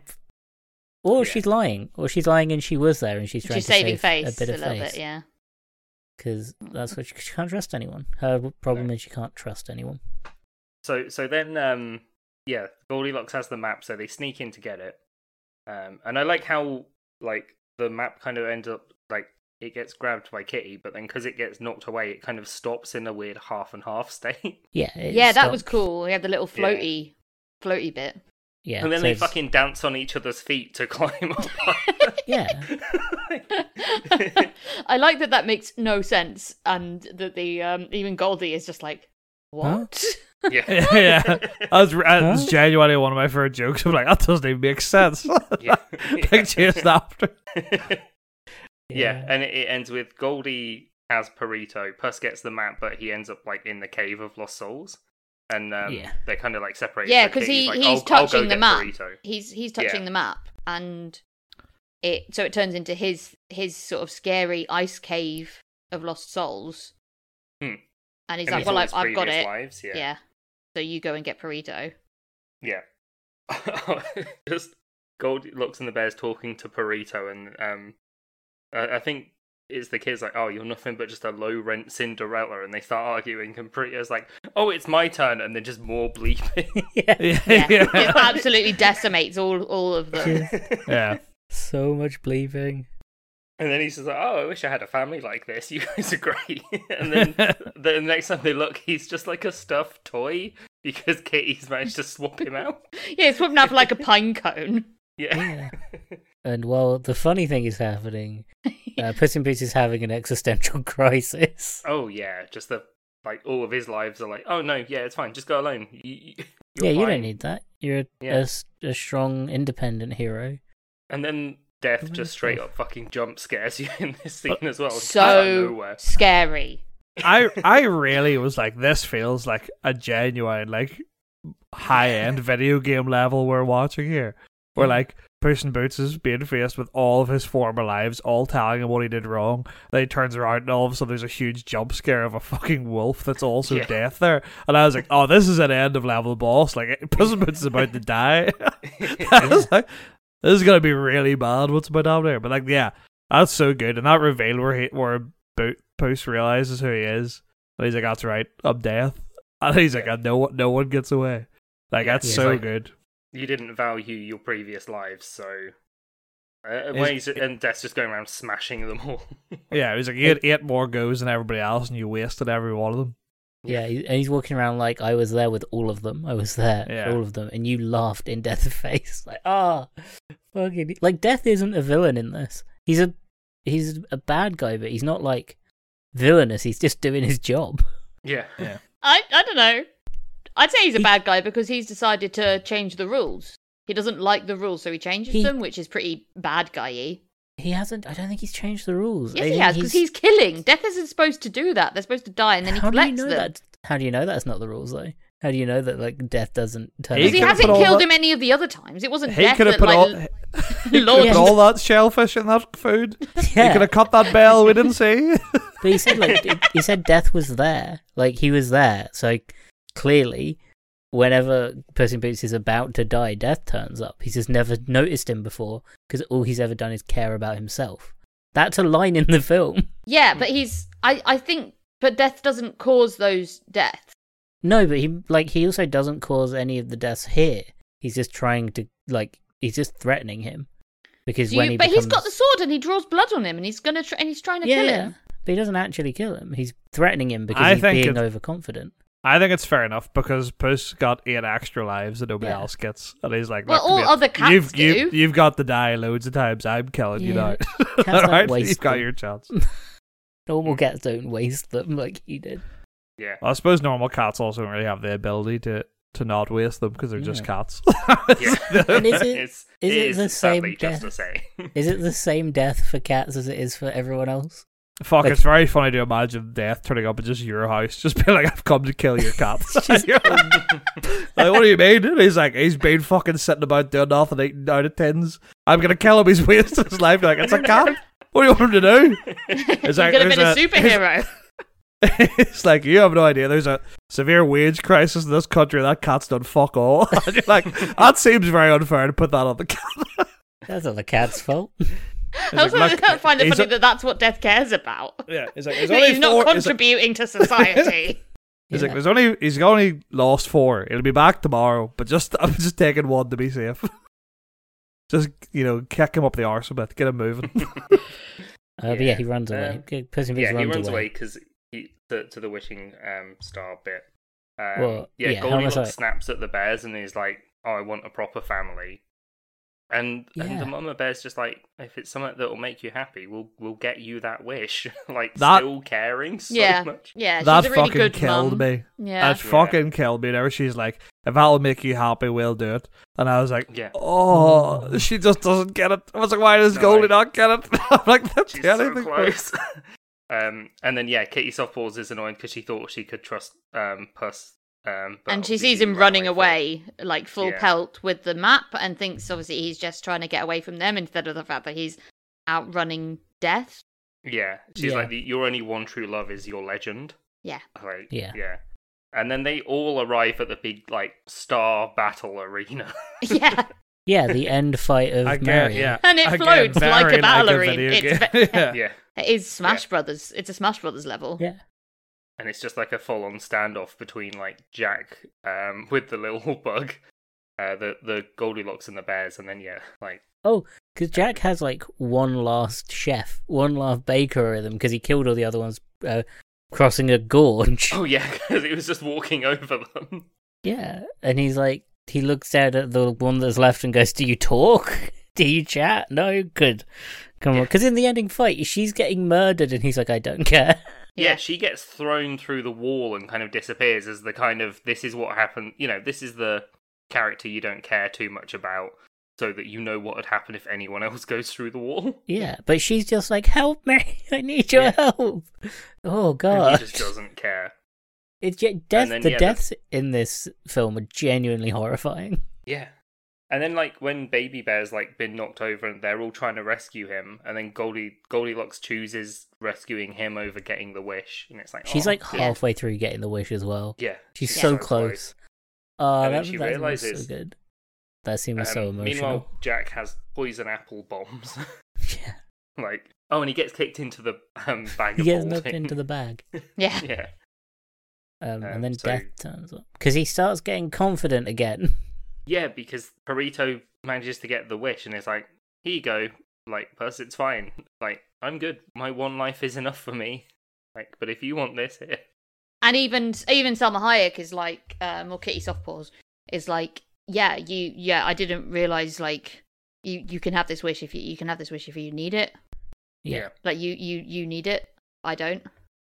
[SPEAKER 2] Or
[SPEAKER 1] Yeah.
[SPEAKER 2] she's lylying, or she's lying and she was there and she's trying
[SPEAKER 3] She's
[SPEAKER 2] to
[SPEAKER 3] saving
[SPEAKER 2] save
[SPEAKER 3] face
[SPEAKER 2] a bit of
[SPEAKER 3] little
[SPEAKER 2] face.
[SPEAKER 3] bit, yeah. Hmm.
[SPEAKER 2] Because that's what she, 'cause she can't trust anyone. Her problem is she can't trust anyone.
[SPEAKER 1] So so then um yeah, Goldilocks has the map, so they sneak in to get it. Um and I like how like the map kind of ends up like it gets grabbed by Kitty, but then because it gets knocked away, it kind of stops in a weird half and half state.
[SPEAKER 2] Yeah, it
[SPEAKER 3] yeah, that was
[SPEAKER 2] stopped.
[SPEAKER 3] cool. He had the little
[SPEAKER 1] Yeah.
[SPEAKER 3] floaty, floaty bit.
[SPEAKER 2] Yeah,
[SPEAKER 1] and then
[SPEAKER 2] so
[SPEAKER 1] they
[SPEAKER 2] it's-
[SPEAKER 1] fucking dance on each other's feet to climb up.
[SPEAKER 2] yeah,
[SPEAKER 3] I like that that makes no sense, and that the um, even Goldie is just like, what?
[SPEAKER 1] yeah.
[SPEAKER 4] yeah. That was, that was
[SPEAKER 2] Huh?
[SPEAKER 4] genuinely one of my favorite jokes. I'm like, that doesn't even make sense.
[SPEAKER 1] Yeah.
[SPEAKER 4] like chased after.
[SPEAKER 1] Yeah, and it, it ends with Goldie has Perito. Puss gets the map, but he ends up like in the cave of lost souls, and um,
[SPEAKER 2] Yeah.
[SPEAKER 1] they're kind of like separated.
[SPEAKER 3] Yeah,
[SPEAKER 1] So
[SPEAKER 3] 'cause
[SPEAKER 1] Kitty's
[SPEAKER 3] he-
[SPEAKER 1] like,
[SPEAKER 3] he's
[SPEAKER 1] "I'll- I'll go
[SPEAKER 3] touching the
[SPEAKER 1] get
[SPEAKER 3] map."
[SPEAKER 1] Burrito."
[SPEAKER 3] He's he's
[SPEAKER 1] Yeah.
[SPEAKER 3] touching the map, and it so it turns into his his sort of scary ice cave of lost souls.
[SPEAKER 1] Hmm.
[SPEAKER 3] And he's
[SPEAKER 1] And
[SPEAKER 3] like,
[SPEAKER 1] it's
[SPEAKER 3] well,
[SPEAKER 1] all
[SPEAKER 3] I,
[SPEAKER 1] his
[SPEAKER 3] I've got
[SPEAKER 1] previous
[SPEAKER 3] it.
[SPEAKER 1] Lives.
[SPEAKER 3] Yeah.
[SPEAKER 1] Yeah,
[SPEAKER 3] So you go and get Perito.
[SPEAKER 1] yeah. Just Goldie looks and the bears talking to Perito, and um, I, I think it's the kids like, "Oh, you're nothing but just a low rent Cinderella," and they start arguing. And Perito's like, "Oh, it's my turn," and then just more bleeping.
[SPEAKER 2] yeah,
[SPEAKER 4] Yeah.
[SPEAKER 3] Yeah.
[SPEAKER 4] yeah.
[SPEAKER 3] it absolutely decimates all all of them.
[SPEAKER 4] yeah.
[SPEAKER 2] so much bleeping.
[SPEAKER 1] And then he's just like, "Oh, I wish I had a family like this. You guys are great." and then the next time they look, he's just like a stuffed toy because Katie's managed to swap him out.
[SPEAKER 3] yeah, it's whipping up like a pine cone.
[SPEAKER 1] Yeah,
[SPEAKER 2] And while the funny thing is happening, uh, Puss in Boots is having an existential crisis.
[SPEAKER 1] oh yeah, just the like all of his lives are like, "Oh no, yeah, it's fine. Just go alone. You, you, you're
[SPEAKER 2] yeah, you
[SPEAKER 1] fine."
[SPEAKER 2] don't need that. You're a,
[SPEAKER 1] Yeah.
[SPEAKER 2] a s- a scene, independent hero.
[SPEAKER 1] And then
[SPEAKER 2] Who
[SPEAKER 1] death
[SPEAKER 2] would've
[SPEAKER 1] just straight
[SPEAKER 2] thought?
[SPEAKER 1] up fucking jump scares you in this
[SPEAKER 2] Uh,
[SPEAKER 1] scene as well. just out of
[SPEAKER 3] so
[SPEAKER 1] nowhere.
[SPEAKER 3] scary.
[SPEAKER 4] I I really was like, this feels like a genuine like high end video game level we're watching here. Where like Puss in Boots is being faced with all of his former lives, all telling him what he did wrong. Then he turns around and all of a sudden there's a huge jump scare of a fucking wolf that's also
[SPEAKER 1] Yeah.
[SPEAKER 4] death there. And I was like, oh, this is an end of level boss. Like Puss in Boots is about to die. I was like, this is gonna be really bad. What's about down there? But like, yeah, that's so good. And that reveal where he, where Bo- Post realizes who he is, and he's like, "That's right, I'm death." And he's like, "And "No one, no one gets away." Like
[SPEAKER 1] Yeah,
[SPEAKER 4] that's
[SPEAKER 1] he's
[SPEAKER 4] so
[SPEAKER 1] like-
[SPEAKER 4] good.
[SPEAKER 1] you didn't value your previous lives, so. Uh,
[SPEAKER 4] Is-
[SPEAKER 1] when he's, and Death's just going around smashing them all.
[SPEAKER 4] Yeah, he's like, "You had eight more goes than everybody else, and you wasted every one of them."
[SPEAKER 2] Yeah, he- and he's walking around like I was there with all of them. I was there, for
[SPEAKER 4] Yeah.
[SPEAKER 2] all of them, and you laughed in Death's face, like ah, fucking like Death isn't a villain in this. He's a he's a bad guy, but he's not like villainous. He's just doing his job.
[SPEAKER 1] Yeah.
[SPEAKER 4] Yeah.
[SPEAKER 3] I I don't know. I'd say he's a bad guy because he's decided to change the rules. He doesn't like the rules, so he changes
[SPEAKER 2] He-
[SPEAKER 3] them, which is pretty bad guy-y.
[SPEAKER 2] He hasn't. I don't think he's changed the rules. I
[SPEAKER 3] Yes, he
[SPEAKER 2] think
[SPEAKER 3] has because he's... killing. Death isn't supposed to do that. They're supposed to die, and then he
[SPEAKER 2] How do you
[SPEAKER 3] collects
[SPEAKER 2] know
[SPEAKER 3] them.
[SPEAKER 2] that? How do you know that's not the rules though? How do you know that like Death doesn't turn?
[SPEAKER 4] He
[SPEAKER 3] Because he,
[SPEAKER 4] could've
[SPEAKER 3] hasn't
[SPEAKER 4] put all
[SPEAKER 3] killed
[SPEAKER 4] that-
[SPEAKER 3] him any of the other times. It wasn't
[SPEAKER 4] He
[SPEAKER 3] Death
[SPEAKER 4] could have
[SPEAKER 3] that
[SPEAKER 4] put
[SPEAKER 3] like,
[SPEAKER 4] all.
[SPEAKER 3] l-
[SPEAKER 4] He could
[SPEAKER 3] launched-
[SPEAKER 4] have put all that shellfish in that food. He
[SPEAKER 2] Yeah.
[SPEAKER 4] could have cut that bell. We didn't see.
[SPEAKER 2] But he said like it- he said death was there, like he was there. So clearly, whenever Person Boots is about to die, death turns up. He's just never noticed him before because all he's ever done is care about himself. That's a line in the film.
[SPEAKER 3] Yeah, but he's. I I think, but Death doesn't cause those deaths.
[SPEAKER 2] No, but he like he also doesn't cause any of the deaths here. He's just trying to like he's just threatening him because
[SPEAKER 3] Do
[SPEAKER 2] when
[SPEAKER 3] you-
[SPEAKER 2] he
[SPEAKER 3] but
[SPEAKER 2] becomes...
[SPEAKER 3] he's got the sword and he draws blood on him, and he's gonna tr- and he's trying to
[SPEAKER 2] yeah,
[SPEAKER 3] kill
[SPEAKER 2] yeah.
[SPEAKER 3] him.
[SPEAKER 2] But he doesn't actually kill him. He's threatening him because
[SPEAKER 4] I
[SPEAKER 2] he's
[SPEAKER 4] think
[SPEAKER 2] being
[SPEAKER 4] it's-
[SPEAKER 2] overconfident.
[SPEAKER 4] I think it's fair enough because Puss got eight extra lives that nobody
[SPEAKER 2] Yeah.
[SPEAKER 4] else gets, and he's like,
[SPEAKER 3] Well,
[SPEAKER 4] "Look,
[SPEAKER 3] all
[SPEAKER 4] mate,
[SPEAKER 3] other cats
[SPEAKER 4] you've, You,
[SPEAKER 3] do."
[SPEAKER 4] you've got to die loads of times. I'm killing you
[SPEAKER 2] Yeah.
[SPEAKER 4] now.
[SPEAKER 2] Cats
[SPEAKER 4] all
[SPEAKER 2] don't
[SPEAKER 4] right,
[SPEAKER 2] waste
[SPEAKER 4] you've got
[SPEAKER 2] them.
[SPEAKER 4] your chance. Mm.
[SPEAKER 2] Normal cats don't waste them like he did.
[SPEAKER 1] Yeah.
[SPEAKER 4] I suppose normal cats also don't really have the ability to to not waste them because they're just
[SPEAKER 2] Yeah.
[SPEAKER 4] cats.
[SPEAKER 1] Yeah.
[SPEAKER 2] And is it-
[SPEAKER 1] it's,
[SPEAKER 2] is it the same
[SPEAKER 1] sadly just
[SPEAKER 2] death?
[SPEAKER 1] the same.
[SPEAKER 2] Is it the same death for cats as it is for everyone else?
[SPEAKER 4] Fuck,
[SPEAKER 2] Like-
[SPEAKER 4] it's very funny to imagine death turning up at just your house, just being like, I've come to kill your cats.
[SPEAKER 2] Just-
[SPEAKER 4] You're like, what do you mean? And he's like, he's been fucking sitting about doing nothing, eating out of tins. I'm gonna kill him, he's wasted his life. You're like, it's a cat. What do you want him to do?
[SPEAKER 3] he's
[SPEAKER 4] It's like,
[SPEAKER 3] gonna be a
[SPEAKER 4] there's a-
[SPEAKER 3] superhero.
[SPEAKER 4] it's like, you have no idea. There's a severe wage crisis in this country, and that cat's done fuck all. And you're like, that seems very unfair to put that on the cat.
[SPEAKER 2] That's not the cat's fault. Uh,
[SPEAKER 3] I also
[SPEAKER 4] Look,
[SPEAKER 3] don't find it
[SPEAKER 4] he's
[SPEAKER 3] funny
[SPEAKER 4] a-
[SPEAKER 3] that that's what Death cares about.
[SPEAKER 4] Yeah, it's like,
[SPEAKER 3] That he's not contributing to society.
[SPEAKER 4] He's like,
[SPEAKER 2] Yeah.
[SPEAKER 4] there's only he's only lost four. It'll be back tomorrow, but just I'm just taking one to be safe. just you know, kick him up the arse a bit, get him moving.
[SPEAKER 2] Uh, But yeah,
[SPEAKER 1] Yeah,
[SPEAKER 2] he runs away.
[SPEAKER 1] um,
[SPEAKER 2] Good Person Boots
[SPEAKER 1] yeah, he
[SPEAKER 2] runs,
[SPEAKER 1] runs away
[SPEAKER 2] away.
[SPEAKER 1] because he to, to the wishing um, star bit. Um,
[SPEAKER 2] Well,
[SPEAKER 1] yeah,
[SPEAKER 2] yeah, how
[SPEAKER 1] Goldilocks
[SPEAKER 2] much I-
[SPEAKER 1] snaps at the bears and is like, "Oh, I want a proper family." And and
[SPEAKER 2] Yeah.
[SPEAKER 1] the mama bear's just like, "If it's something that will make you happy, we'll we'll get you that wish." like
[SPEAKER 4] That-
[SPEAKER 1] still caring so
[SPEAKER 3] yeah,
[SPEAKER 1] much.
[SPEAKER 3] yeah. She's
[SPEAKER 4] that
[SPEAKER 3] a really
[SPEAKER 4] fucking
[SPEAKER 3] good mum.
[SPEAKER 4] killed me.
[SPEAKER 3] Yeah,
[SPEAKER 4] That
[SPEAKER 1] Yeah.
[SPEAKER 4] fucking killed me. Whenever she's like, if that'll make you happy, we'll do it. And I was like,
[SPEAKER 1] Yeah.
[SPEAKER 4] oh, she just doesn't get it. I was like, why does
[SPEAKER 1] No,
[SPEAKER 4] Goldie
[SPEAKER 1] I-
[SPEAKER 4] not get it? I'm like, that's
[SPEAKER 1] She's
[SPEAKER 4] the only
[SPEAKER 1] so
[SPEAKER 4] thing-
[SPEAKER 1] close. um, and then yeah, Katie Softballs is annoyed because she thought she could trust um Puss. Um, but
[SPEAKER 3] and she
[SPEAKER 1] obviously
[SPEAKER 3] sees
[SPEAKER 1] he
[SPEAKER 3] him
[SPEAKER 1] ran
[SPEAKER 3] running
[SPEAKER 1] from-
[SPEAKER 3] away, like full
[SPEAKER 1] Yeah.
[SPEAKER 3] pelt with the map, and thinks obviously he's just trying to get away from them instead of the fact that he's outrunning death.
[SPEAKER 1] Yeah, she's
[SPEAKER 2] Yeah.
[SPEAKER 1] like, "Your only one true love is your legend."
[SPEAKER 3] Yeah.
[SPEAKER 1] Like,
[SPEAKER 2] Yeah.
[SPEAKER 1] yeah. And then they all arrive at the big like star battle arena.
[SPEAKER 3] Yeah,
[SPEAKER 2] Yeah, the end fight of
[SPEAKER 4] Again,
[SPEAKER 2] Mario.
[SPEAKER 4] yeah,
[SPEAKER 3] And it
[SPEAKER 4] Again,
[SPEAKER 3] floats like a
[SPEAKER 4] very
[SPEAKER 3] ballerine.
[SPEAKER 4] video
[SPEAKER 3] It's
[SPEAKER 4] game.
[SPEAKER 3] ve-
[SPEAKER 4] yeah.
[SPEAKER 1] yeah,
[SPEAKER 3] it is Smash
[SPEAKER 1] Yeah.
[SPEAKER 3] Brothers. It's a Smash Brothers level.
[SPEAKER 2] Yeah.
[SPEAKER 1] and it's just like a full-on standoff between like Jack um, with the little bug, uh, the the Goldilocks and the bears, and then yeah, like
[SPEAKER 2] Oh, because Jack has like one last chef, one last baker rhythm because he killed all the other ones uh, crossing a gorge.
[SPEAKER 1] oh yeah, because it was just walking over them.
[SPEAKER 2] Yeah, and he's like, he looks down at the one that's left and goes, "Do you talk? Do you chat? No, good. Come on." Because in the ending fight, she's getting murdered, and he's like, "I don't care."
[SPEAKER 1] Yeah.
[SPEAKER 3] Yeah.
[SPEAKER 1] she gets thrown through the wall and kind of disappears as the kind of this is what happened. You know, this is the character you don't care too much about, so that you know what would happen if anyone else goes through the wall.
[SPEAKER 2] Yeah, but she's just like, "Help me! I need your
[SPEAKER 1] Yeah.
[SPEAKER 2] help!" Oh
[SPEAKER 1] And he
[SPEAKER 2] god,
[SPEAKER 1] just doesn't care.
[SPEAKER 2] it's ge- death.
[SPEAKER 1] then,
[SPEAKER 2] the
[SPEAKER 1] yeah, the-
[SPEAKER 2] deaths in this film are genuinely horrifying.
[SPEAKER 1] Yeah. And then like when Baby Bear's like been knocked over and they're all trying to rescue him, and then Goldie Goldilocks chooses rescuing him over getting the wish, and it's like
[SPEAKER 2] She's
[SPEAKER 1] "Oh,
[SPEAKER 2] like
[SPEAKER 1] good."
[SPEAKER 3] Yeah.
[SPEAKER 2] halfway through getting the wish as well.
[SPEAKER 1] yeah,
[SPEAKER 2] She's
[SPEAKER 3] Yeah.
[SPEAKER 2] so
[SPEAKER 1] So
[SPEAKER 2] close.
[SPEAKER 1] close.
[SPEAKER 2] Oh,
[SPEAKER 1] And then
[SPEAKER 2] that,
[SPEAKER 1] she
[SPEAKER 2] that scene was
[SPEAKER 1] realizes.
[SPEAKER 2] so good. That scene was so
[SPEAKER 1] Um,
[SPEAKER 2] emotional.
[SPEAKER 1] meanwhile, Jack has poison apple bombs.
[SPEAKER 2] yeah,
[SPEAKER 1] like oh, and he gets kicked into the um, bag.
[SPEAKER 2] he
[SPEAKER 1] of
[SPEAKER 2] gets knocked
[SPEAKER 1] holding.
[SPEAKER 2] into the bag,
[SPEAKER 3] Yeah.
[SPEAKER 1] yeah.
[SPEAKER 2] um,
[SPEAKER 1] Um,
[SPEAKER 2] and then
[SPEAKER 1] so-
[SPEAKER 2] death turns up because he starts getting confident again.
[SPEAKER 1] Yeah, because Perito manages to get the wish and it's like, here you go, like, Puss, it's fine. Like, I'm good. My one life is enough for me. Like, but if you want this, here.
[SPEAKER 3] and even even Selma Hayek is like, um, or Kitty Softpaws is like, yeah, you, yeah, I didn't realize like you you can have this wish if you you can have this wish if you need it.
[SPEAKER 2] Yeah.
[SPEAKER 3] Like you you you need it. I don't.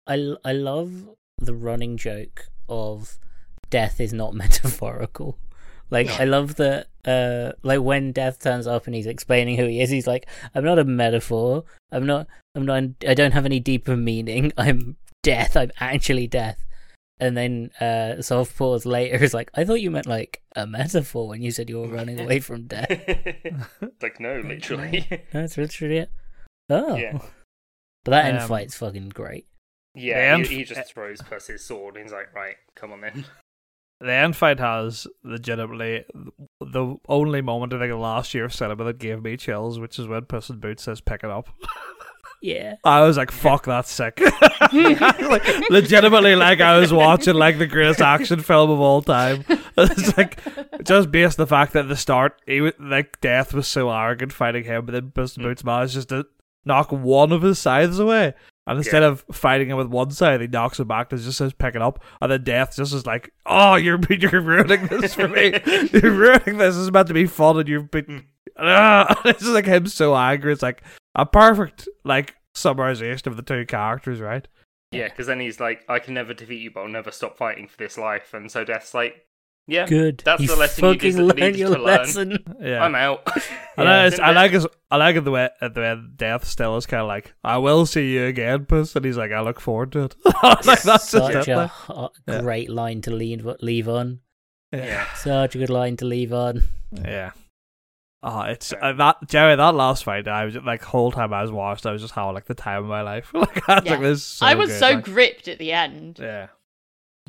[SPEAKER 2] I, l- I love the running joke of death is not metaphorical. Like I love that. Uh, like when death turns up and he's explaining who he is, he's like, "I'm not a metaphor. I'm not. I'm not. I don't have any deeper meaning. I'm death. I'm actually death." And then uh, soft pause later is like, "I thought you meant like a metaphor when you said you were running away from death."
[SPEAKER 1] like no, literally.
[SPEAKER 2] No, that's literally it. Oh,
[SPEAKER 1] Yeah.
[SPEAKER 2] but that end
[SPEAKER 4] Um,
[SPEAKER 2] fight's fucking great.
[SPEAKER 1] Yeah,
[SPEAKER 4] Yeah.
[SPEAKER 1] he, he just throws past his sword and he's like, right, come on then.
[SPEAKER 4] The end fight has legitimately the only moment I think of last year of cinema that gave me chills, which is when Puss in Boots says pick it up.
[SPEAKER 2] Yeah.
[SPEAKER 4] I was like, fuck, that's sick. Like, legitimately, like, I was watching, like, the greatest action film of all time. It's like, just based on the fact that at the start, he was, like, Death was so arrogant fighting him, but then Mr. Boots managed just to knock one of his scythes away. And instead of fighting him with one scythe, he knocks him back and just says, pick it up. And then Death just is like, oh, you're, you're ruining this for me. you're ruining this. It's meant to be fun and you've been... Ah, it's just like him so angry. It's like a perfect, like, summarization of the two characters, right?
[SPEAKER 1] Yeah, because then he's like, I can never defeat you, but I'll never stop fighting for this life. And so Death's like, yeah,
[SPEAKER 2] Good.
[SPEAKER 1] That's
[SPEAKER 2] You
[SPEAKER 1] the lesson you
[SPEAKER 2] fucking
[SPEAKER 1] dis- needed
[SPEAKER 2] learned your
[SPEAKER 1] to learn.
[SPEAKER 2] lesson.
[SPEAKER 4] Yeah.
[SPEAKER 1] I'm out.
[SPEAKER 4] And I,
[SPEAKER 1] Didn't
[SPEAKER 4] I
[SPEAKER 1] it?
[SPEAKER 4] like his, I like it the way at the end Death still is kind of like, I will see you again, puss, and he's like, I look forward to it. like that's
[SPEAKER 2] Such
[SPEAKER 4] just it.
[SPEAKER 2] a
[SPEAKER 4] like-
[SPEAKER 2] hot,
[SPEAKER 4] Yeah.
[SPEAKER 2] great line to leave, leave on.
[SPEAKER 1] Yeah.
[SPEAKER 2] Such a good line to leave on.
[SPEAKER 4] Yeah. Oh, it's uh, that Jerry. That last fight, I was like, whole time I was watched, I was just having like the time of my life. like, I was
[SPEAKER 3] Yeah.
[SPEAKER 4] like, this is so
[SPEAKER 3] I was
[SPEAKER 4] good,
[SPEAKER 3] so
[SPEAKER 4] like-
[SPEAKER 3] gripped at the end.
[SPEAKER 4] yeah.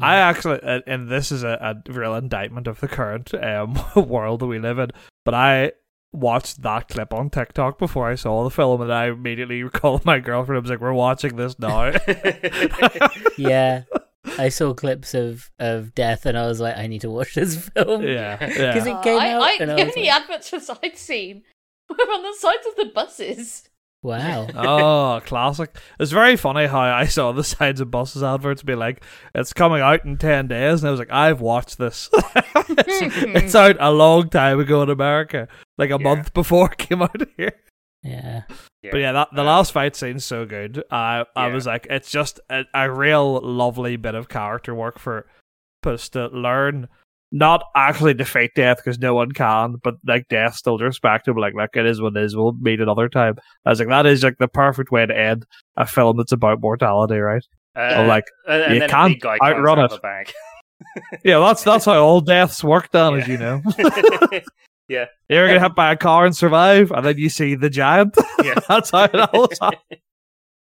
[SPEAKER 4] I actually, and- and this is a, a real indictment of the current um, world that we live in, but I watched that clip on TikTok before I saw the film, and I immediately called my girlfriend. I was like, "We're watching this now."
[SPEAKER 2] yeah. I saw clips of, of death and I was like, I need to watch this film.
[SPEAKER 4] yeah,
[SPEAKER 2] Because
[SPEAKER 4] yeah.
[SPEAKER 2] it came
[SPEAKER 3] I,
[SPEAKER 2] out
[SPEAKER 3] I,
[SPEAKER 2] and
[SPEAKER 3] the
[SPEAKER 2] I was
[SPEAKER 3] only
[SPEAKER 2] like,
[SPEAKER 3] adverts for I'd seen were on the sides of the buses.
[SPEAKER 2] wow.
[SPEAKER 4] oh, classic! It's very funny how I saw the signs of buses adverts be like, "It's coming out in ten days," and I was like, "I've watched this. it's, it's out a long time ago in America, like a
[SPEAKER 1] Yeah.
[SPEAKER 4] month before it came out here."
[SPEAKER 2] Yeah.
[SPEAKER 1] Yeah. Uh,
[SPEAKER 4] But yeah, that the last fight scene's so good. I I
[SPEAKER 1] Yeah.
[SPEAKER 4] was like, it's just a, a real lovely bit of character work for Puss to learn. Not actually defeat death because no one can, but like death still to respect him. Like, like it is what it is. We'll meet another time. I was like, that is like the perfect way to end a film that's about mortality, right?
[SPEAKER 1] Uh,
[SPEAKER 4] Or like,
[SPEAKER 1] and, and
[SPEAKER 4] you
[SPEAKER 1] then a
[SPEAKER 4] can't
[SPEAKER 1] big guy climbs out
[SPEAKER 4] outrun it.
[SPEAKER 1] of a bag.
[SPEAKER 4] yeah, that's that's how all deaths work done, as you know. You're gonna hit by a car and survive, and then you see the giant.
[SPEAKER 1] yeah,
[SPEAKER 4] that's how it all.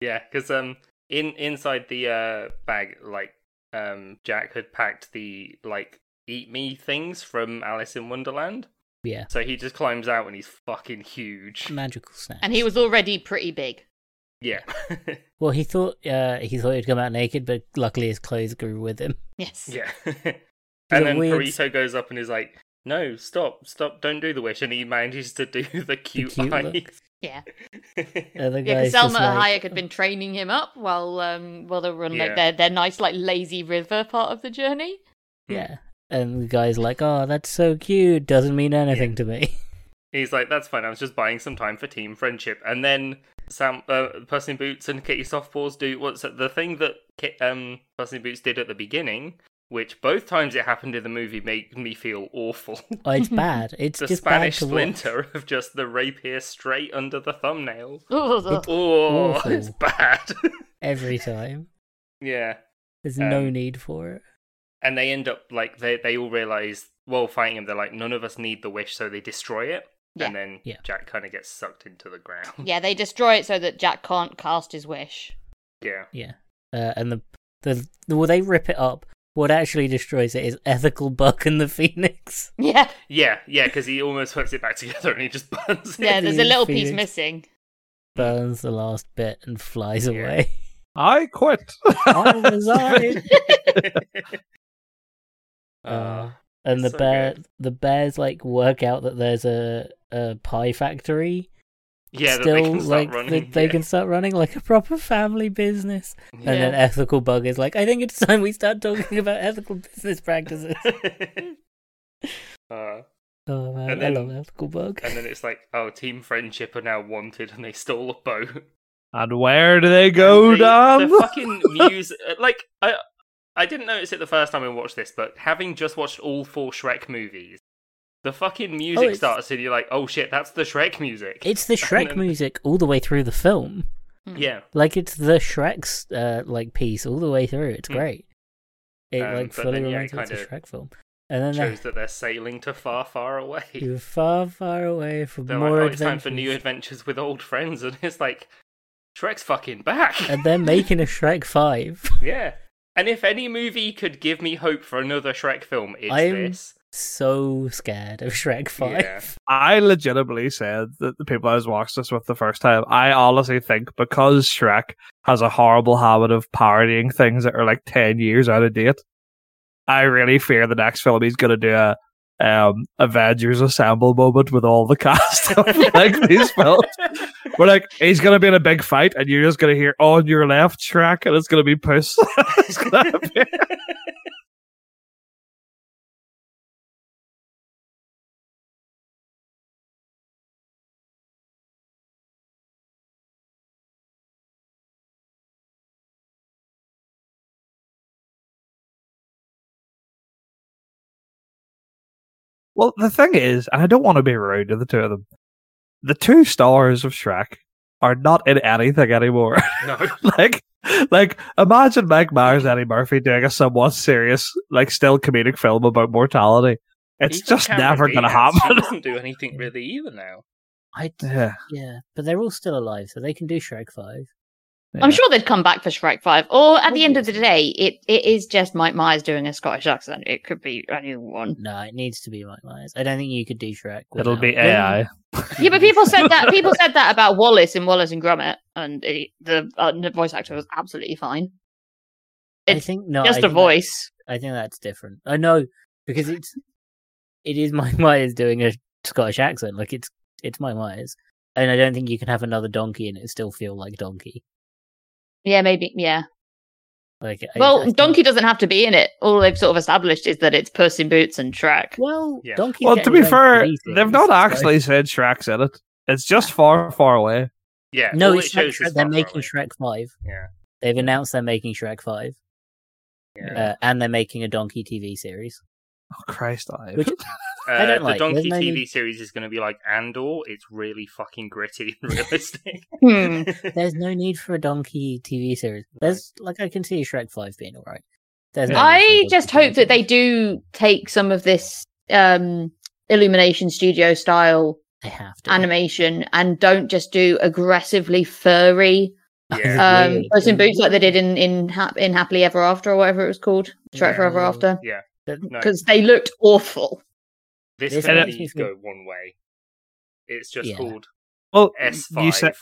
[SPEAKER 1] yeah, because um, in inside the uh bag, like um, Jack had packed the like eat me things from Alice in Wonderland.
[SPEAKER 2] Yeah.
[SPEAKER 1] So he just climbs out and he's fucking huge.
[SPEAKER 2] Magical snack.
[SPEAKER 3] And he was already pretty big.
[SPEAKER 1] Yeah.
[SPEAKER 2] Well, he thought uh, he thought he'd come out naked, but luckily his clothes grew with him.
[SPEAKER 3] Yes.
[SPEAKER 1] yeah.
[SPEAKER 2] a
[SPEAKER 1] and then
[SPEAKER 2] weird-
[SPEAKER 1] Carito goes up and is like, "No, stop, stop! Don't do the wish." And he manages to do the cute,
[SPEAKER 2] cute look.
[SPEAKER 1] eyes.
[SPEAKER 3] Yeah.
[SPEAKER 2] Other
[SPEAKER 3] Yeah, because
[SPEAKER 2] guys
[SPEAKER 3] Selma
[SPEAKER 2] just like,
[SPEAKER 3] Hayek had been training him up while um while they were on
[SPEAKER 1] Yeah.
[SPEAKER 3] like their their nice like lazy river part of the journey.
[SPEAKER 2] Yeah. And the guy's like, oh, that's so cute. Doesn't mean anything to me.
[SPEAKER 1] He's like, "That's fine. I was just buying some time for team friendship." And then Sam, uh, Puss in Boots, and Kitty Softpaws do what's the thing that Ki- um, Puss in Boots did at the beginning, which both times it happened in the movie made me feel awful.
[SPEAKER 2] Oh, it's bad. It's
[SPEAKER 1] the
[SPEAKER 2] just
[SPEAKER 1] Spanish
[SPEAKER 2] bad to watch.
[SPEAKER 1] splinter of just the rapier straight under the thumbnail.
[SPEAKER 3] Ugh.
[SPEAKER 1] Oh,
[SPEAKER 2] Awful.
[SPEAKER 1] it's bad.
[SPEAKER 2] every time.
[SPEAKER 1] yeah.
[SPEAKER 2] There's no
[SPEAKER 1] Um,
[SPEAKER 2] need for it.
[SPEAKER 1] and they end up like they they all realize while fighting him they're like none of us need the wish so they destroy it
[SPEAKER 3] Yeah.
[SPEAKER 1] and then
[SPEAKER 2] Yeah.
[SPEAKER 1] jack kind of gets sucked into the ground
[SPEAKER 3] yeah, they destroy it so that Jack can't cast his wish.
[SPEAKER 1] yeah
[SPEAKER 2] Yeah, uh, and the, the the well, they rip it up. What actually destroys it is Ethical Buck and the Phoenix.
[SPEAKER 3] Yeah,
[SPEAKER 1] yeah yeah because he almost puts it back together and he just burns it
[SPEAKER 3] yeah. There's a little piece
[SPEAKER 2] Phoenix.
[SPEAKER 3] missing.
[SPEAKER 2] Burns the last bit and flies
[SPEAKER 1] Yeah.
[SPEAKER 2] away.
[SPEAKER 4] I quit.
[SPEAKER 2] I resign.
[SPEAKER 1] Uh,
[SPEAKER 2] and the
[SPEAKER 1] So
[SPEAKER 2] bear,
[SPEAKER 1] good.
[SPEAKER 2] the bears like work out that there's a a pie factory,
[SPEAKER 1] Yeah, that
[SPEAKER 2] still
[SPEAKER 1] they can start
[SPEAKER 2] like
[SPEAKER 1] running.
[SPEAKER 2] that they
[SPEAKER 1] yeah.
[SPEAKER 2] can start running like a proper family business.
[SPEAKER 1] Yeah.
[SPEAKER 2] And then ethical bug is like, I think it's time we start talking about ethical business practices.
[SPEAKER 1] uh,
[SPEAKER 2] oh man,
[SPEAKER 1] And
[SPEAKER 2] I
[SPEAKER 1] then-
[SPEAKER 2] love ethical bug.
[SPEAKER 1] and then it's like, oh, team friendship are now wanted, and they stole a boat.
[SPEAKER 4] And where do they go,
[SPEAKER 1] And they-
[SPEAKER 4] Dan?
[SPEAKER 1] The fucking music, like I, I didn't notice it the first time I watched this, but having just watched all four Shrek movies, the
[SPEAKER 3] Oh,
[SPEAKER 1] fucking music
[SPEAKER 2] it's-
[SPEAKER 1] starts and you're like, oh shit, that's the Shrek music.
[SPEAKER 2] It's the Shrek
[SPEAKER 1] then-
[SPEAKER 2] music all the way through the film.
[SPEAKER 1] yeah,
[SPEAKER 2] Like it's the Shrek's uh, like piece all the way through. It's
[SPEAKER 1] Hmm.
[SPEAKER 2] great. It
[SPEAKER 1] Um,
[SPEAKER 2] like
[SPEAKER 1] but
[SPEAKER 2] fully
[SPEAKER 1] then, yeah,
[SPEAKER 2] reminds
[SPEAKER 1] it
[SPEAKER 2] me of the
[SPEAKER 1] kinda
[SPEAKER 2] Shrek film. And then
[SPEAKER 1] shows
[SPEAKER 2] they-
[SPEAKER 1] that they're sailing to far, far away.
[SPEAKER 2] you're far, far away from
[SPEAKER 1] They're like,
[SPEAKER 2] more
[SPEAKER 1] oh, it's time
[SPEAKER 2] adventures.
[SPEAKER 1] for new adventures with old friends, and it's like, Shrek's fucking back.
[SPEAKER 2] and they're making a Shrek five.
[SPEAKER 1] yeah. And if any movie could give me hope for another Shrek film, it's
[SPEAKER 2] I'm
[SPEAKER 1] this.
[SPEAKER 2] so scared of Shrek five.
[SPEAKER 1] Yeah.
[SPEAKER 4] I legitimately said that the people I was watching this with the first time, I honestly think because Shrek has a horrible habit of parodying things that are like 10 years out of date, I really fear the next film he's going to do a um, Avengers Assemble moment with all the cast of like these films. We're like, he's going to be in a big fight and you're just going to hear on your left Shrek and it's going to be puss. It's gonna be- Well, the thing is, and I don't want to be rude to the two of them, the two stars of Shrek are not in anything anymore.
[SPEAKER 1] No.
[SPEAKER 4] like, like imagine Mike Myers, Eddie Murphy doing a somewhat serious, like still comedic film about mortality. It's
[SPEAKER 1] Even
[SPEAKER 4] just
[SPEAKER 1] Cameron
[SPEAKER 4] never going to
[SPEAKER 1] Diaz, She
[SPEAKER 4] happen.
[SPEAKER 1] doesn't do anything really either now.
[SPEAKER 2] I
[SPEAKER 4] yeah,
[SPEAKER 2] yeah, but they're all still alive, so they can do Shrek five.
[SPEAKER 4] Yeah.
[SPEAKER 3] I'm sure they'd come back for Shrek Five. Or at the end of the
[SPEAKER 2] Obviously.
[SPEAKER 3] day, it, it is just Mike Myers doing a Scottish accent. It could be anyone.
[SPEAKER 2] No, it needs to be Mike Myers. I don't think you could do Shrek.
[SPEAKER 4] it'll
[SPEAKER 2] without-
[SPEAKER 4] be AI.
[SPEAKER 3] Yeah, but people said that people said that about Wallace in Wallace and Gromit, and it, the, uh, the voice actor was absolutely fine.
[SPEAKER 2] I
[SPEAKER 3] It's
[SPEAKER 2] think no, I
[SPEAKER 3] just a
[SPEAKER 2] think that-
[SPEAKER 3] voice.
[SPEAKER 2] I think that's different. I know because it's it is Mike Myers doing a Scottish accent. Like it's it's Mike Myers, and I don't think you can have another donkey and it still feel like donkey.
[SPEAKER 3] Yeah, maybe. Yeah.
[SPEAKER 2] Like I- I
[SPEAKER 3] Well,
[SPEAKER 2] think-
[SPEAKER 3] Donkey doesn't have to be in it. All they've sort of established is that it's Puss in Boots and Shrek.
[SPEAKER 2] Well,
[SPEAKER 1] Yeah.
[SPEAKER 2] donkey.
[SPEAKER 4] Well, to
[SPEAKER 2] getting
[SPEAKER 4] be
[SPEAKER 2] away
[SPEAKER 4] fair,
[SPEAKER 2] with these
[SPEAKER 4] they've
[SPEAKER 2] things,
[SPEAKER 4] not
[SPEAKER 2] so-
[SPEAKER 4] actually said Shrek's in it. It's just far, far away.
[SPEAKER 1] Yeah.
[SPEAKER 2] No,
[SPEAKER 1] all it
[SPEAKER 2] it's not
[SPEAKER 1] shows
[SPEAKER 2] Shrek.
[SPEAKER 1] is
[SPEAKER 2] They're
[SPEAKER 1] far, far
[SPEAKER 2] making
[SPEAKER 1] away.
[SPEAKER 2] Shrek five.
[SPEAKER 1] Yeah.
[SPEAKER 2] They've announced they're making Shrek five,
[SPEAKER 1] Yeah.
[SPEAKER 2] uh, and they're making a donkey TV series.
[SPEAKER 4] Oh, Christ, alive.
[SPEAKER 2] Which-
[SPEAKER 1] Uh,
[SPEAKER 2] I don't
[SPEAKER 1] the
[SPEAKER 2] like-
[SPEAKER 1] Donkey
[SPEAKER 2] there's no
[SPEAKER 1] TV
[SPEAKER 2] need-
[SPEAKER 1] series is going to be like Andor. It's really fucking gritty and realistic.
[SPEAKER 3] Hmm.
[SPEAKER 2] There's no need for a donkey TV series. There's like I can see Shrek Five being alright. There's no
[SPEAKER 3] I
[SPEAKER 2] need for a
[SPEAKER 3] just
[SPEAKER 2] donkey
[SPEAKER 3] hope that they
[SPEAKER 2] TV series.
[SPEAKER 3] do take some of this um, Illumination Studio style
[SPEAKER 2] they have to
[SPEAKER 3] animation and don't just do aggressively furry
[SPEAKER 1] yeah.
[SPEAKER 3] um,
[SPEAKER 2] Weird.
[SPEAKER 3] Puss in Boots like they did in in, Hap- in Happily Ever After or whatever it was called, Shrek
[SPEAKER 2] Yeah.
[SPEAKER 3] Forever After,
[SPEAKER 2] That-
[SPEAKER 1] No,
[SPEAKER 3] because they looked awful.
[SPEAKER 1] this
[SPEAKER 2] this
[SPEAKER 1] can
[SPEAKER 4] makes
[SPEAKER 1] only
[SPEAKER 2] me
[SPEAKER 1] go one way. It's just
[SPEAKER 2] Yeah.
[SPEAKER 1] called
[SPEAKER 4] well,
[SPEAKER 1] S5.
[SPEAKER 4] you said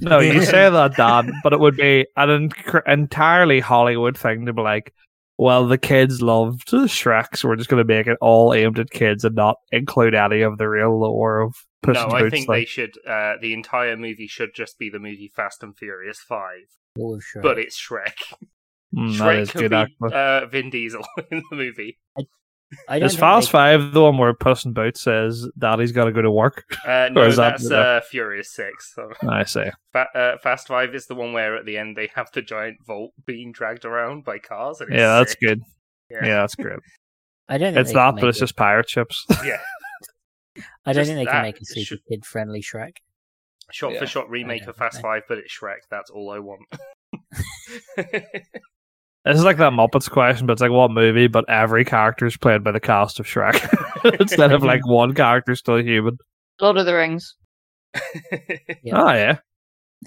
[SPEAKER 4] No, you say that, Dan, but it would be an en- entirely Hollywood thing to be like, well, the kids loved Shrek, so we're just going to make it all aimed at kids and not include any of the real lore of Puss
[SPEAKER 1] no,
[SPEAKER 4] in
[SPEAKER 1] I
[SPEAKER 4] Boots.
[SPEAKER 1] think
[SPEAKER 4] like,
[SPEAKER 1] they should. Uh, the entire movie should just be the movie Fast and Furious Five,
[SPEAKER 2] All of Shrek.
[SPEAKER 1] but it's Shrek.
[SPEAKER 4] mm, that
[SPEAKER 1] Shrek
[SPEAKER 4] is
[SPEAKER 1] could
[SPEAKER 4] good,
[SPEAKER 1] be
[SPEAKER 4] actually.
[SPEAKER 1] uh, Vin Diesel in the movie.
[SPEAKER 2] I don't
[SPEAKER 4] Is
[SPEAKER 2] think
[SPEAKER 4] Fast
[SPEAKER 2] they-
[SPEAKER 4] Five the one where Puss in Boots says Daddy's got to go to work?
[SPEAKER 1] Uh, no,
[SPEAKER 4] is that-
[SPEAKER 1] that's uh, Furious Six. So.
[SPEAKER 4] I say,
[SPEAKER 1] Fa- uh, Fast Five is the one where at the end they have the giant vault being dragged around by cars. And it's
[SPEAKER 4] yeah, that's
[SPEAKER 1] sick.
[SPEAKER 4] good.
[SPEAKER 1] Yeah.
[SPEAKER 4] Yeah, that's great.
[SPEAKER 2] I don't. Think
[SPEAKER 4] It's
[SPEAKER 2] they can
[SPEAKER 4] that,
[SPEAKER 2] make
[SPEAKER 4] but it's
[SPEAKER 2] a-
[SPEAKER 4] just pirate chips.
[SPEAKER 2] I don't
[SPEAKER 1] just
[SPEAKER 2] think they
[SPEAKER 1] that.
[SPEAKER 2] can make a super
[SPEAKER 1] Should-
[SPEAKER 2] kid-friendly Shrek.
[SPEAKER 1] Shot
[SPEAKER 4] Yeah.
[SPEAKER 1] for shot remake
[SPEAKER 2] know,
[SPEAKER 1] of Fast
[SPEAKER 2] right.
[SPEAKER 1] Five, but it's Shrek. That's all I want.
[SPEAKER 4] This is like that Muppets question, but it's like what movie? But every character is played by the cast of Shrek instead of like one character still human.
[SPEAKER 3] Lord of the Rings.
[SPEAKER 2] Yeah.
[SPEAKER 4] Oh yeah,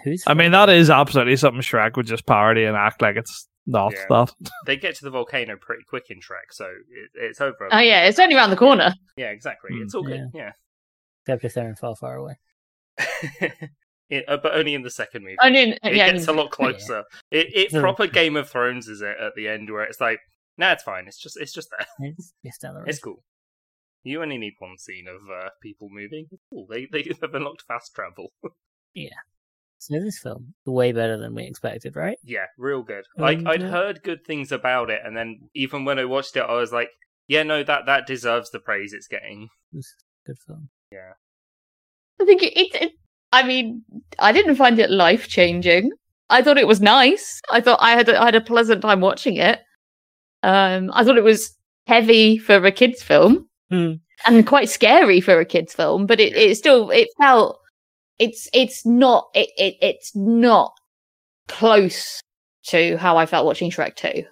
[SPEAKER 2] Who's?
[SPEAKER 4] I mean that is absolutely something Shrek would just parody and act like it's not
[SPEAKER 1] Yeah.
[SPEAKER 4] that.
[SPEAKER 1] they get to the volcano pretty quick in Shrek, so it, it's over.
[SPEAKER 3] Oh yeah, it's only around the corner.
[SPEAKER 1] yeah, exactly.
[SPEAKER 4] Hmm.
[SPEAKER 1] It's all good. Yeah,
[SPEAKER 2] except if they're in far, far away.
[SPEAKER 1] It- uh, but only in the second movie.
[SPEAKER 3] Only
[SPEAKER 1] it
[SPEAKER 3] Oh, yeah,
[SPEAKER 1] gets a lot closer. It, it
[SPEAKER 2] Hmm.
[SPEAKER 1] proper Game of Thrones is it at the end where it's like, nah, it's fine. It's just it's just there.
[SPEAKER 2] It's, it's down the road.
[SPEAKER 1] It's cool. You only need one scene of uh, people moving. Cool. They they have unlocked fast travel.
[SPEAKER 2] So this film, way better than we expected, right?
[SPEAKER 1] Yeah, real good.
[SPEAKER 4] Mm,
[SPEAKER 1] Like
[SPEAKER 2] Um,
[SPEAKER 1] I'd
[SPEAKER 2] yeah.
[SPEAKER 1] heard good things about it, and then even when I watched it, I was like, yeah, no, that that deserves the praise it's getting.
[SPEAKER 2] This is a good film.
[SPEAKER 3] I think it, it, it. I mean, I didn't find it life changing. I thought it was nice. I thought I had a, I had a pleasant time watching it. Um, I thought it was heavy for a kids' film
[SPEAKER 2] Hmm.
[SPEAKER 3] and quite scary for a kids' film, but it, it still it felt it's it's not it, it it's not close to how I felt watching Shrek Two.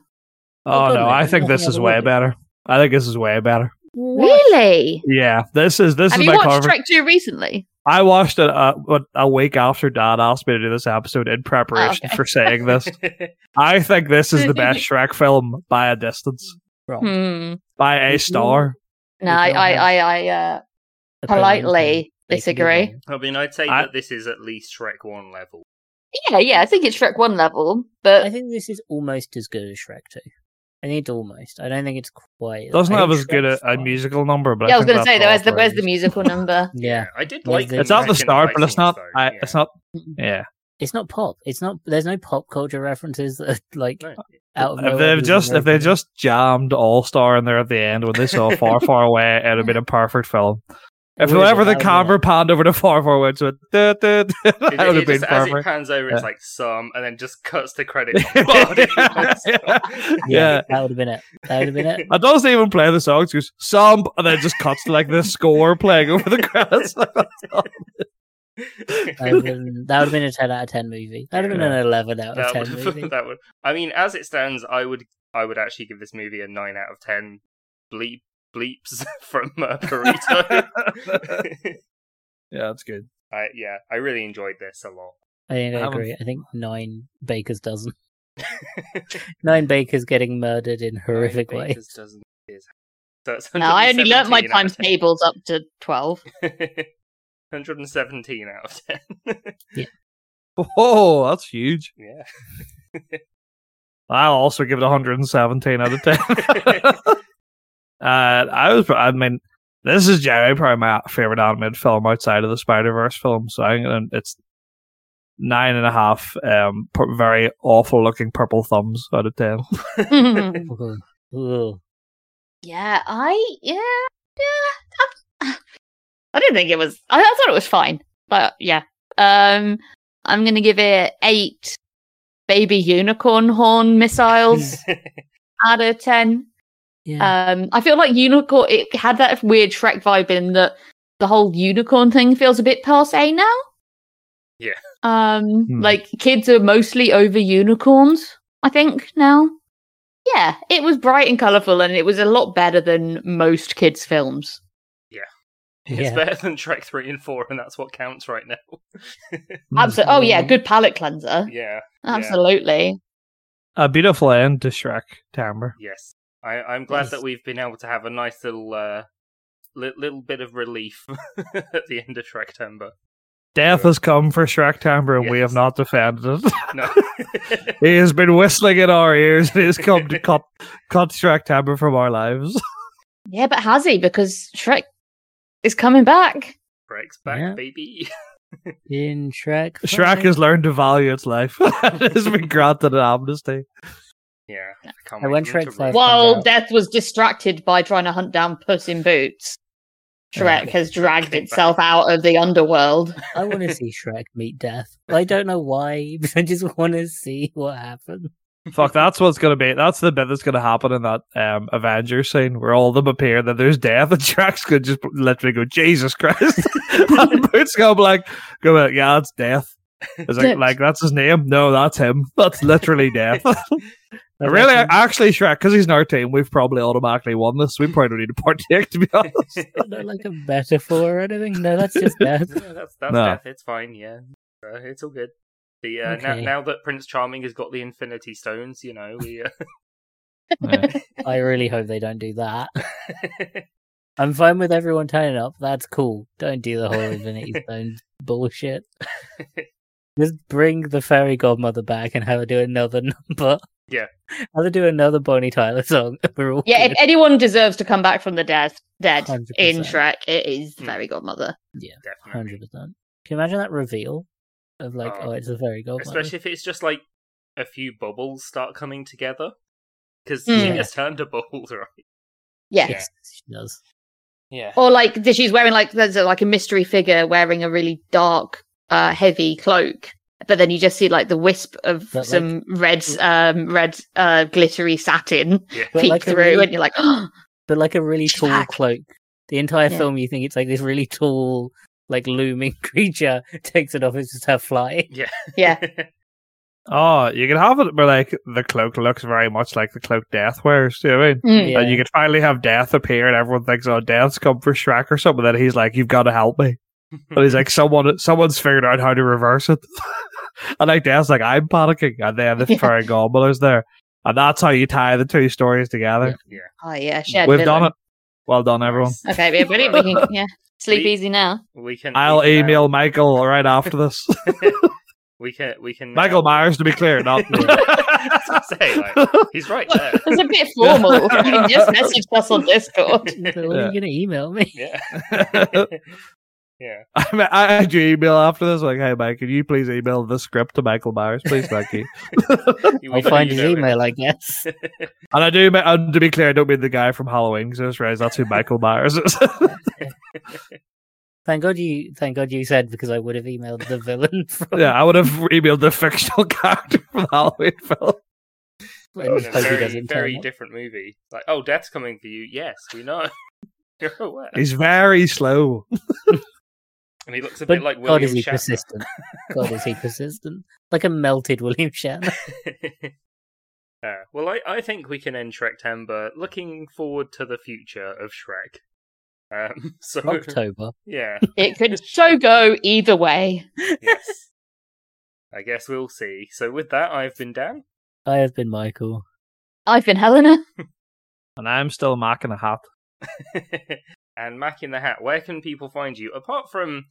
[SPEAKER 4] Oh
[SPEAKER 2] Well,
[SPEAKER 4] no,
[SPEAKER 2] totally.
[SPEAKER 4] I think
[SPEAKER 2] Nothing
[SPEAKER 4] this is
[SPEAKER 2] other
[SPEAKER 4] way
[SPEAKER 2] way.
[SPEAKER 4] better. I think this is way better.
[SPEAKER 3] Really?
[SPEAKER 4] Yeah, this is this
[SPEAKER 3] Have
[SPEAKER 4] is
[SPEAKER 3] you
[SPEAKER 4] my
[SPEAKER 3] watched
[SPEAKER 4] conver-
[SPEAKER 3] Shrek Two recently?
[SPEAKER 4] I watched it uh, what- a week after Dad asked me to do this episode in preparation
[SPEAKER 3] Oh, okay.
[SPEAKER 4] for saying this. I think this is the best Shrek film by a distance,
[SPEAKER 2] Wrong.
[SPEAKER 3] Hmm.
[SPEAKER 4] by a star.
[SPEAKER 2] We
[SPEAKER 3] No, I
[SPEAKER 2] don't
[SPEAKER 3] I
[SPEAKER 2] have
[SPEAKER 3] I, I uh,
[SPEAKER 2] Opinions and
[SPEAKER 3] politely
[SPEAKER 2] they can be
[SPEAKER 3] disagree.
[SPEAKER 2] wrong.
[SPEAKER 1] I mean, I'd say
[SPEAKER 4] I-
[SPEAKER 1] that this is at least Shrek One level.
[SPEAKER 3] Yeah, yeah, I think it's Shrek one level, but
[SPEAKER 2] I think this is almost as good as Shrek 2. I think it's almost. I don't think it's quite.
[SPEAKER 4] Doesn't
[SPEAKER 2] I
[SPEAKER 4] have
[SPEAKER 2] think
[SPEAKER 4] as good a,
[SPEAKER 2] Shrek's
[SPEAKER 4] a
[SPEAKER 2] fine.
[SPEAKER 4] musical number, but
[SPEAKER 3] yeah, I was
[SPEAKER 4] think
[SPEAKER 3] going to say
[SPEAKER 4] that's
[SPEAKER 3] though, where's the
[SPEAKER 4] all
[SPEAKER 3] where's the
[SPEAKER 4] praised.
[SPEAKER 3] musical number?
[SPEAKER 2] Yeah.
[SPEAKER 1] I did
[SPEAKER 2] Well,
[SPEAKER 1] like.
[SPEAKER 2] the-
[SPEAKER 4] It's not
[SPEAKER 1] Shrek
[SPEAKER 4] the
[SPEAKER 1] in
[SPEAKER 4] start, but
[SPEAKER 1] Vikings,
[SPEAKER 4] it's not.
[SPEAKER 1] though,
[SPEAKER 4] I,
[SPEAKER 1] yeah.
[SPEAKER 4] It's not. Yeah,
[SPEAKER 2] It's not pop. It's not. There's no pop culture references that are like
[SPEAKER 1] No.
[SPEAKER 2] out of
[SPEAKER 4] if
[SPEAKER 2] nowhere
[SPEAKER 4] they've
[SPEAKER 2] just
[SPEAKER 4] just if they
[SPEAKER 2] emerging.
[SPEAKER 4] just jammed All Star in there at the end when they saw Far Far Away, it'd have been a perfect film. If
[SPEAKER 2] It would've
[SPEAKER 4] whenever
[SPEAKER 2] been- that
[SPEAKER 4] the
[SPEAKER 2] would've
[SPEAKER 4] camera
[SPEAKER 2] been-
[SPEAKER 4] panned over to Far Far Away, it went, "Duh, duh, duh,"
[SPEAKER 1] It-
[SPEAKER 4] that would
[SPEAKER 1] it
[SPEAKER 4] have been
[SPEAKER 1] just- as it
[SPEAKER 4] perfect.
[SPEAKER 1] pans over, it's
[SPEAKER 4] Yeah.
[SPEAKER 1] like some, and then just cuts to credits.
[SPEAKER 4] yeah.
[SPEAKER 2] yeah, that would have been it. That would have been it.
[SPEAKER 4] It doesn't even play the songs. Goes some, and then it just cuts to like the score playing over the credits.
[SPEAKER 2] That would have been, that would have been a ten out of ten movie. That would have been
[SPEAKER 4] Yeah.
[SPEAKER 2] an eleven out of
[SPEAKER 1] that
[SPEAKER 2] ten movie.
[SPEAKER 1] would that would. I mean, as it stands, I would I would actually give this movie a nine out of ten. Bleep bleeps from uh, burrito.
[SPEAKER 4] yeah, that's good.
[SPEAKER 1] I, yeah, I really enjoyed this a lot.
[SPEAKER 2] I think I
[SPEAKER 4] That one-
[SPEAKER 2] agree. I think nine bakers dozen. nine bakers getting murdered in horrific
[SPEAKER 1] Nine
[SPEAKER 2] ways.
[SPEAKER 1] Bakers dozen is- So it's
[SPEAKER 3] No, I only learnt my
[SPEAKER 1] 117 out
[SPEAKER 3] times
[SPEAKER 1] of
[SPEAKER 3] tables up to twelve.
[SPEAKER 1] 10. 117 out of 10.
[SPEAKER 4] Oh, that's huge.
[SPEAKER 1] yeah.
[SPEAKER 4] I'll also give it 117 out of 10. uh, I was, I mean, this is generally probably my favorite animated film outside of the Spider Verse film. So I'm gonna, it's nine and a half, um, pu- very awful looking purple thumbs out of 10.
[SPEAKER 3] yeah,
[SPEAKER 2] Ooh, ooh.
[SPEAKER 3] I yeah yeah. I, I didn't think it was. I, I thought it was fine, but yeah. Um, I'm going to give it eight baby unicorn horn missiles out of ten.
[SPEAKER 2] Yeah.
[SPEAKER 3] Um, I feel like unicorn. It had that weird Shrek vibe in that the whole unicorn thing feels a bit passe now.
[SPEAKER 1] Yeah.
[SPEAKER 3] Um,
[SPEAKER 4] Hmm.
[SPEAKER 3] like kids are mostly over unicorns. I think now. Yeah, it was bright and colourful, and it was a lot better than most kids' films.
[SPEAKER 1] It's
[SPEAKER 2] Yeah.
[SPEAKER 1] better than Trek 3 and 4, and that's what counts right now.
[SPEAKER 3] Absolutely. Oh yeah, good palate cleanser.
[SPEAKER 1] yeah.
[SPEAKER 3] Absolutely.
[SPEAKER 4] A beautiful end to Shrek Timbre.
[SPEAKER 1] Yes, I, I'm glad
[SPEAKER 2] Yes.
[SPEAKER 1] that we've been able to have a nice little uh, li- little bit of relief at the end of Shrektember.
[SPEAKER 4] Death has come for Shrek Timbre, and we
[SPEAKER 1] Yes.
[SPEAKER 4] have not defended it.
[SPEAKER 1] No,
[SPEAKER 4] he has been whistling in our ears. He has come to cut, cut Shrek Timbre from our lives.
[SPEAKER 3] Yeah, but has he? Because Shrek is coming back.
[SPEAKER 1] Shrek's back,
[SPEAKER 2] Yeah.
[SPEAKER 1] baby.
[SPEAKER 2] In Shrek.
[SPEAKER 4] Shrek has learned to value its life. it has been granted an amnesty.
[SPEAKER 1] Yeah, I can't
[SPEAKER 2] I
[SPEAKER 1] wait
[SPEAKER 2] went
[SPEAKER 1] for him
[SPEAKER 2] Shrek
[SPEAKER 1] to
[SPEAKER 2] five.
[SPEAKER 1] run.
[SPEAKER 2] comes
[SPEAKER 3] While
[SPEAKER 2] out.
[SPEAKER 3] Death was distracted by trying to hunt down Puss in Boots, Shrek has dragged
[SPEAKER 1] Came back.
[SPEAKER 3] itself out of the underworld.
[SPEAKER 2] I want to see Shrek meet death. I don't know why, but I just want to see what happens.
[SPEAKER 4] Fuck, that's what's gonna be. That's the bit that's gonna happen in that um, Avengers scene where all of them appear. That there's death, and Shrek's gonna just literally go, Jesus Christ! and Boots go like, go like, yeah, that's death. It's like,
[SPEAKER 3] Death.
[SPEAKER 4] like that's his name. No, that's him. That's literally death.
[SPEAKER 2] I
[SPEAKER 4] really,
[SPEAKER 2] reckon-
[SPEAKER 4] actually, Shrek, because he's in our team, we've probably automatically won this. We probably don't need to partake, to be honest.
[SPEAKER 2] not like a metaphor or anything. No, that's just death.
[SPEAKER 1] Yeah, that's that's
[SPEAKER 4] No.
[SPEAKER 1] death. It's fine. Yeah, So it's all good. The uh, now,
[SPEAKER 2] Okay.
[SPEAKER 1] now that Prince Charming has got the Infinity Stones, you know we. Uh...
[SPEAKER 2] I really hope they don't do that. I'm fine with everyone turning up. That's cool. Don't do the whole Infinity Stone bullshit. Just bring the fairy godmother back and have her do another number.
[SPEAKER 1] Yeah.
[SPEAKER 2] Have her do another Bonnie Tyler song. We're all
[SPEAKER 3] Yeah, if
[SPEAKER 2] good.
[SPEAKER 3] anyone deserves to come back from the dead, dead in
[SPEAKER 2] 100%.
[SPEAKER 3] Shrek, it is
[SPEAKER 1] Hmm.
[SPEAKER 3] Fairy Godmother.
[SPEAKER 1] Definitely.
[SPEAKER 2] hundred percent. Can you imagine that reveal? of like,
[SPEAKER 1] Oh.
[SPEAKER 2] oh, it's a very gold mine.
[SPEAKER 1] especially if it's just like a few bubbles start coming together because
[SPEAKER 3] Mm.
[SPEAKER 1] she
[SPEAKER 2] Yeah.
[SPEAKER 1] gets turned to bubbles, right?
[SPEAKER 3] Yeah.
[SPEAKER 1] Yeah.
[SPEAKER 2] Yes, she does.
[SPEAKER 1] Yeah.
[SPEAKER 3] Or like that she's wearing like there's a, like a mystery figure wearing a really dark, uh, heavy cloak, but then you just see like the wisp of
[SPEAKER 2] But, like-
[SPEAKER 3] some red, um, red, uh, glittery satin
[SPEAKER 2] But
[SPEAKER 3] peek
[SPEAKER 2] like a
[SPEAKER 3] through,
[SPEAKER 2] really-
[SPEAKER 3] and you're like, oh,
[SPEAKER 2] But like a really
[SPEAKER 3] She's
[SPEAKER 2] tall
[SPEAKER 3] back.
[SPEAKER 2] cloak. The entire
[SPEAKER 3] Yeah.
[SPEAKER 2] film, you think it's like this really tall, like looming creature. Takes it off, it's just her fly.
[SPEAKER 3] yeah,
[SPEAKER 4] Oh, you could have it where like the cloak looks very much like the cloak Death wears. Do you know what I mean?
[SPEAKER 3] Mm.
[SPEAKER 2] Yeah.
[SPEAKER 4] And you could finally have Death appear, and everyone thinks, "Oh, Death's come for Shrek or something." And then he's like, "You've got to help me." And he's like, "Someone, someone's figured out how to reverse it." and like Death's like, "I'm panicking," and then the
[SPEAKER 3] Yeah.
[SPEAKER 4] fairy gobbler's there, and that's how you tie the two stories together.
[SPEAKER 3] oh yeah, shared
[SPEAKER 4] We've
[SPEAKER 3] villain.
[SPEAKER 4] done it. Well done, everyone.
[SPEAKER 3] Okay, we're brilliant. We can, yeah, sleep
[SPEAKER 1] We-
[SPEAKER 3] easy now.
[SPEAKER 1] we can.
[SPEAKER 4] I'll
[SPEAKER 1] we can uh,
[SPEAKER 4] email Michael right after this.
[SPEAKER 1] we can. We can. now-
[SPEAKER 4] Michael Myers, to be clear, not.
[SPEAKER 1] I was gonna say, like, he's right there.
[SPEAKER 3] It's a bit formal. you can just message us on Discord.
[SPEAKER 2] So, what are you gonna email me?
[SPEAKER 1] yeah. yeah.
[SPEAKER 4] I, mean, I I do email after this, like, hey, Mike, can you please email the script to Michael Myers, please? Thank you.
[SPEAKER 1] We know
[SPEAKER 2] I'll find
[SPEAKER 1] you
[SPEAKER 2] his
[SPEAKER 1] know him.
[SPEAKER 2] email, I guess.
[SPEAKER 4] And I do, ma- and to be clear, I don't mean the guy from Halloween, because I just realized that's who Michael Myers is.
[SPEAKER 2] Thank God you, thank God you said because I would have emailed the villain from
[SPEAKER 4] yeah, I would have emailed the fictional character from the Halloween film.
[SPEAKER 2] and
[SPEAKER 1] In a
[SPEAKER 2] hope he
[SPEAKER 1] very,
[SPEAKER 2] doesn't turn
[SPEAKER 1] very
[SPEAKER 2] up.
[SPEAKER 1] different movie. Like, oh, death's coming for you. Yes, we know. You're aware.
[SPEAKER 4] He's very slow.
[SPEAKER 1] And he looks a
[SPEAKER 2] But
[SPEAKER 1] bit like
[SPEAKER 2] God
[SPEAKER 1] William
[SPEAKER 2] is he
[SPEAKER 1] Shatner.
[SPEAKER 2] persistent. God is he persistent. Like a melted William Shatner.
[SPEAKER 1] Uh, well, I, I think we can end Shrek Timber looking forward to the future of Shrek. Um, so,
[SPEAKER 2] October.
[SPEAKER 1] yeah,
[SPEAKER 3] It could so go either way.
[SPEAKER 1] yes. I guess we'll see. So, with that, I've been Dan.
[SPEAKER 2] I have been Michael.
[SPEAKER 3] I've been Helena.
[SPEAKER 4] And I'm still Mac in a hat.
[SPEAKER 1] and Mac in the Hat, where can people find you? Apart from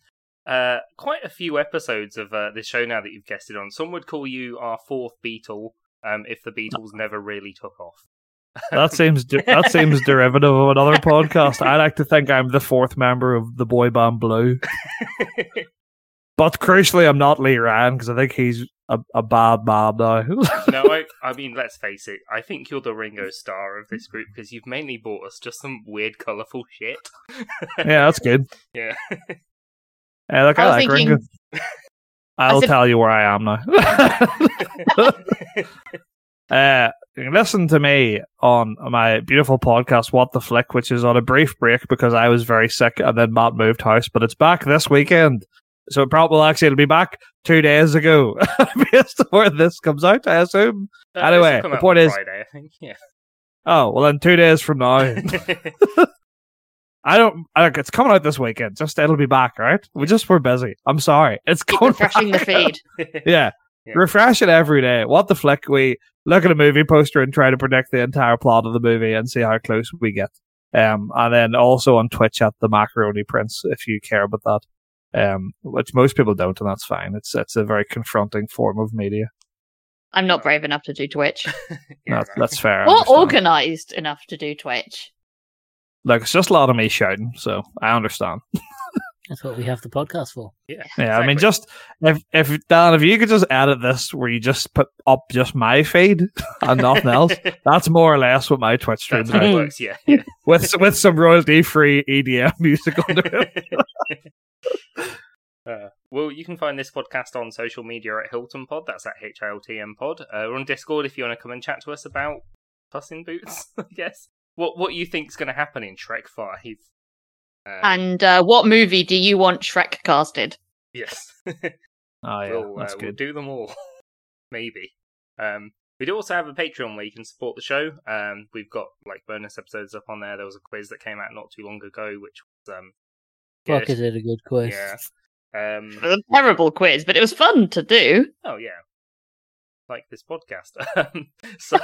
[SPEAKER 1] uh, quite a few episodes of uh, this show now that you've guested on, some would call you our fourth Beatle um, if the Beatles never really took off.
[SPEAKER 4] That seems de- that seems derivative of another podcast. I like to think I'm the fourth member of the boy band Blue, but crucially, I'm not Lee Ryan because I think he's a, a bad man now.
[SPEAKER 1] no, I, I mean, let's face it. I think you're the Ringo star of this group because you've mainly bought us just some weird, colourful shit.
[SPEAKER 4] yeah, that's good.
[SPEAKER 1] Yeah.
[SPEAKER 4] Yeah, look, I,
[SPEAKER 3] I was
[SPEAKER 4] like
[SPEAKER 3] thinking-
[SPEAKER 4] Ringo. I'll
[SPEAKER 3] said-
[SPEAKER 4] tell you where I am now. uh, you can listen to me on my beautiful podcast, What the Flick, which is on a brief break because I was very sick and then Matt moved house, but it's back this weekend. So it probably well, actually it'll be back two days ago based on where this comes out, I assume.
[SPEAKER 1] Uh,
[SPEAKER 4] Anyway,
[SPEAKER 1] this will come
[SPEAKER 4] the
[SPEAKER 1] out
[SPEAKER 4] point
[SPEAKER 1] on
[SPEAKER 4] is-
[SPEAKER 1] Friday, I think. Yeah.
[SPEAKER 4] Oh, well then two days from now. I don't look, it's coming out this weekend. Just it'll be back, all right? We just were busy. I'm sorry. It's
[SPEAKER 3] Keep
[SPEAKER 4] going
[SPEAKER 3] refreshing the
[SPEAKER 4] back.
[SPEAKER 3] feed.
[SPEAKER 4] yeah.
[SPEAKER 1] Yeah.
[SPEAKER 4] Refresh it every day. What the flick? We look at a movie poster and try to predict the entire plot of the movie and see how close we get. Um, and then also on Twitch at the Macaroni Prince if you care about that. Um, which most people don't, and that's fine. It's it's a very confronting form of media.
[SPEAKER 3] I'm not brave enough to do Twitch,
[SPEAKER 1] Yeah,
[SPEAKER 4] that's,
[SPEAKER 1] no.
[SPEAKER 4] that's fair. I
[SPEAKER 3] or
[SPEAKER 4] understand.
[SPEAKER 3] organised enough to do Twitch.
[SPEAKER 4] Look, it's just a lot of me shouting, so I understand.
[SPEAKER 2] That's what we have the podcast for.
[SPEAKER 1] Yeah,
[SPEAKER 4] Yeah, I mean,
[SPEAKER 1] exactly.
[SPEAKER 4] just if if Dan, if you could just edit this where you just put up just my feed and nothing else, that's more or less what my Twitch stream
[SPEAKER 1] That's
[SPEAKER 4] is.
[SPEAKER 1] how it
[SPEAKER 2] right.
[SPEAKER 1] works, yeah. yeah.
[SPEAKER 4] with with some royalty free EDM music under it.
[SPEAKER 1] Uh, well, you can find this podcast on social media at Hilton Pod. That's at HILTM Pod. Uh, we're on Discord if you want to come and chat to us about Puss in Boots, I guess. What what you think's going to happen in Trek 5? Uh,
[SPEAKER 3] And uh, what movie do you want Shrek casted?
[SPEAKER 1] yes.
[SPEAKER 4] Oh yeah,
[SPEAKER 1] we'll,
[SPEAKER 4] that's
[SPEAKER 1] uh,
[SPEAKER 4] good.
[SPEAKER 1] we'll do them all. Maybe. Um, we do also have a Patreon where you can support the show. Um, we've got like bonus episodes up on there. There was a quiz that came out not too long ago, which was um,
[SPEAKER 2] Fuck,
[SPEAKER 1] good.
[SPEAKER 2] is it a good quiz?
[SPEAKER 1] Yeah. Um,
[SPEAKER 3] A terrible quiz, but it was fun to do.
[SPEAKER 1] Oh yeah, like this podcast. Um, so,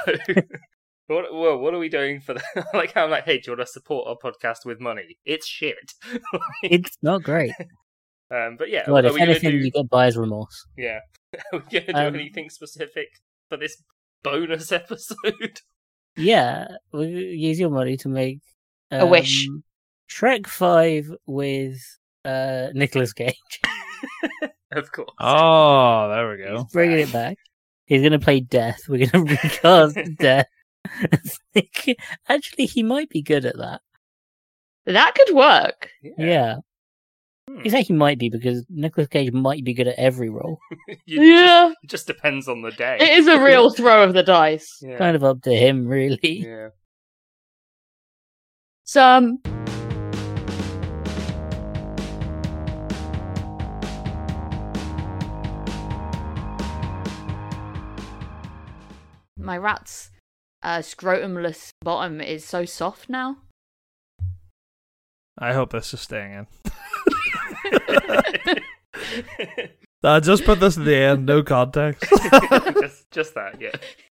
[SPEAKER 1] what? Well, what are we doing for the? like, how I'm like, hey, do you want to support our podcast with money? It's shit.
[SPEAKER 2] It's not great.
[SPEAKER 1] um, but yeah, are
[SPEAKER 2] God, if
[SPEAKER 1] we gonna
[SPEAKER 2] anything,
[SPEAKER 1] do?
[SPEAKER 2] you get buyer's remorse.
[SPEAKER 1] Yeah, are we gonna do
[SPEAKER 2] Um,
[SPEAKER 1] anything specific for this bonus episode?
[SPEAKER 2] Yeah, we use your money to make
[SPEAKER 3] A wish.
[SPEAKER 2] um, Shrek Five with uh Nicolas Cage.
[SPEAKER 1] of course.
[SPEAKER 4] Oh, there we go.
[SPEAKER 2] Bringing it back. He's going to play Death. We're going to recast Death. It's like, Actually, he might be good at that.
[SPEAKER 3] That could work.
[SPEAKER 2] Yeah. You say he might be because Nicolas Cage might be good at every role.
[SPEAKER 1] You-
[SPEAKER 3] yeah,
[SPEAKER 1] It just depends on the day.
[SPEAKER 3] it is a real throw of the dice.
[SPEAKER 1] Yeah.
[SPEAKER 2] Kind of up to him, really.
[SPEAKER 1] yeah.
[SPEAKER 3] So, um, my rat's uh, scrotumless bottom is so soft now.
[SPEAKER 4] I hope this is staying in. I Uh, just put this at the end, no context.
[SPEAKER 1] just, just that. Yeah.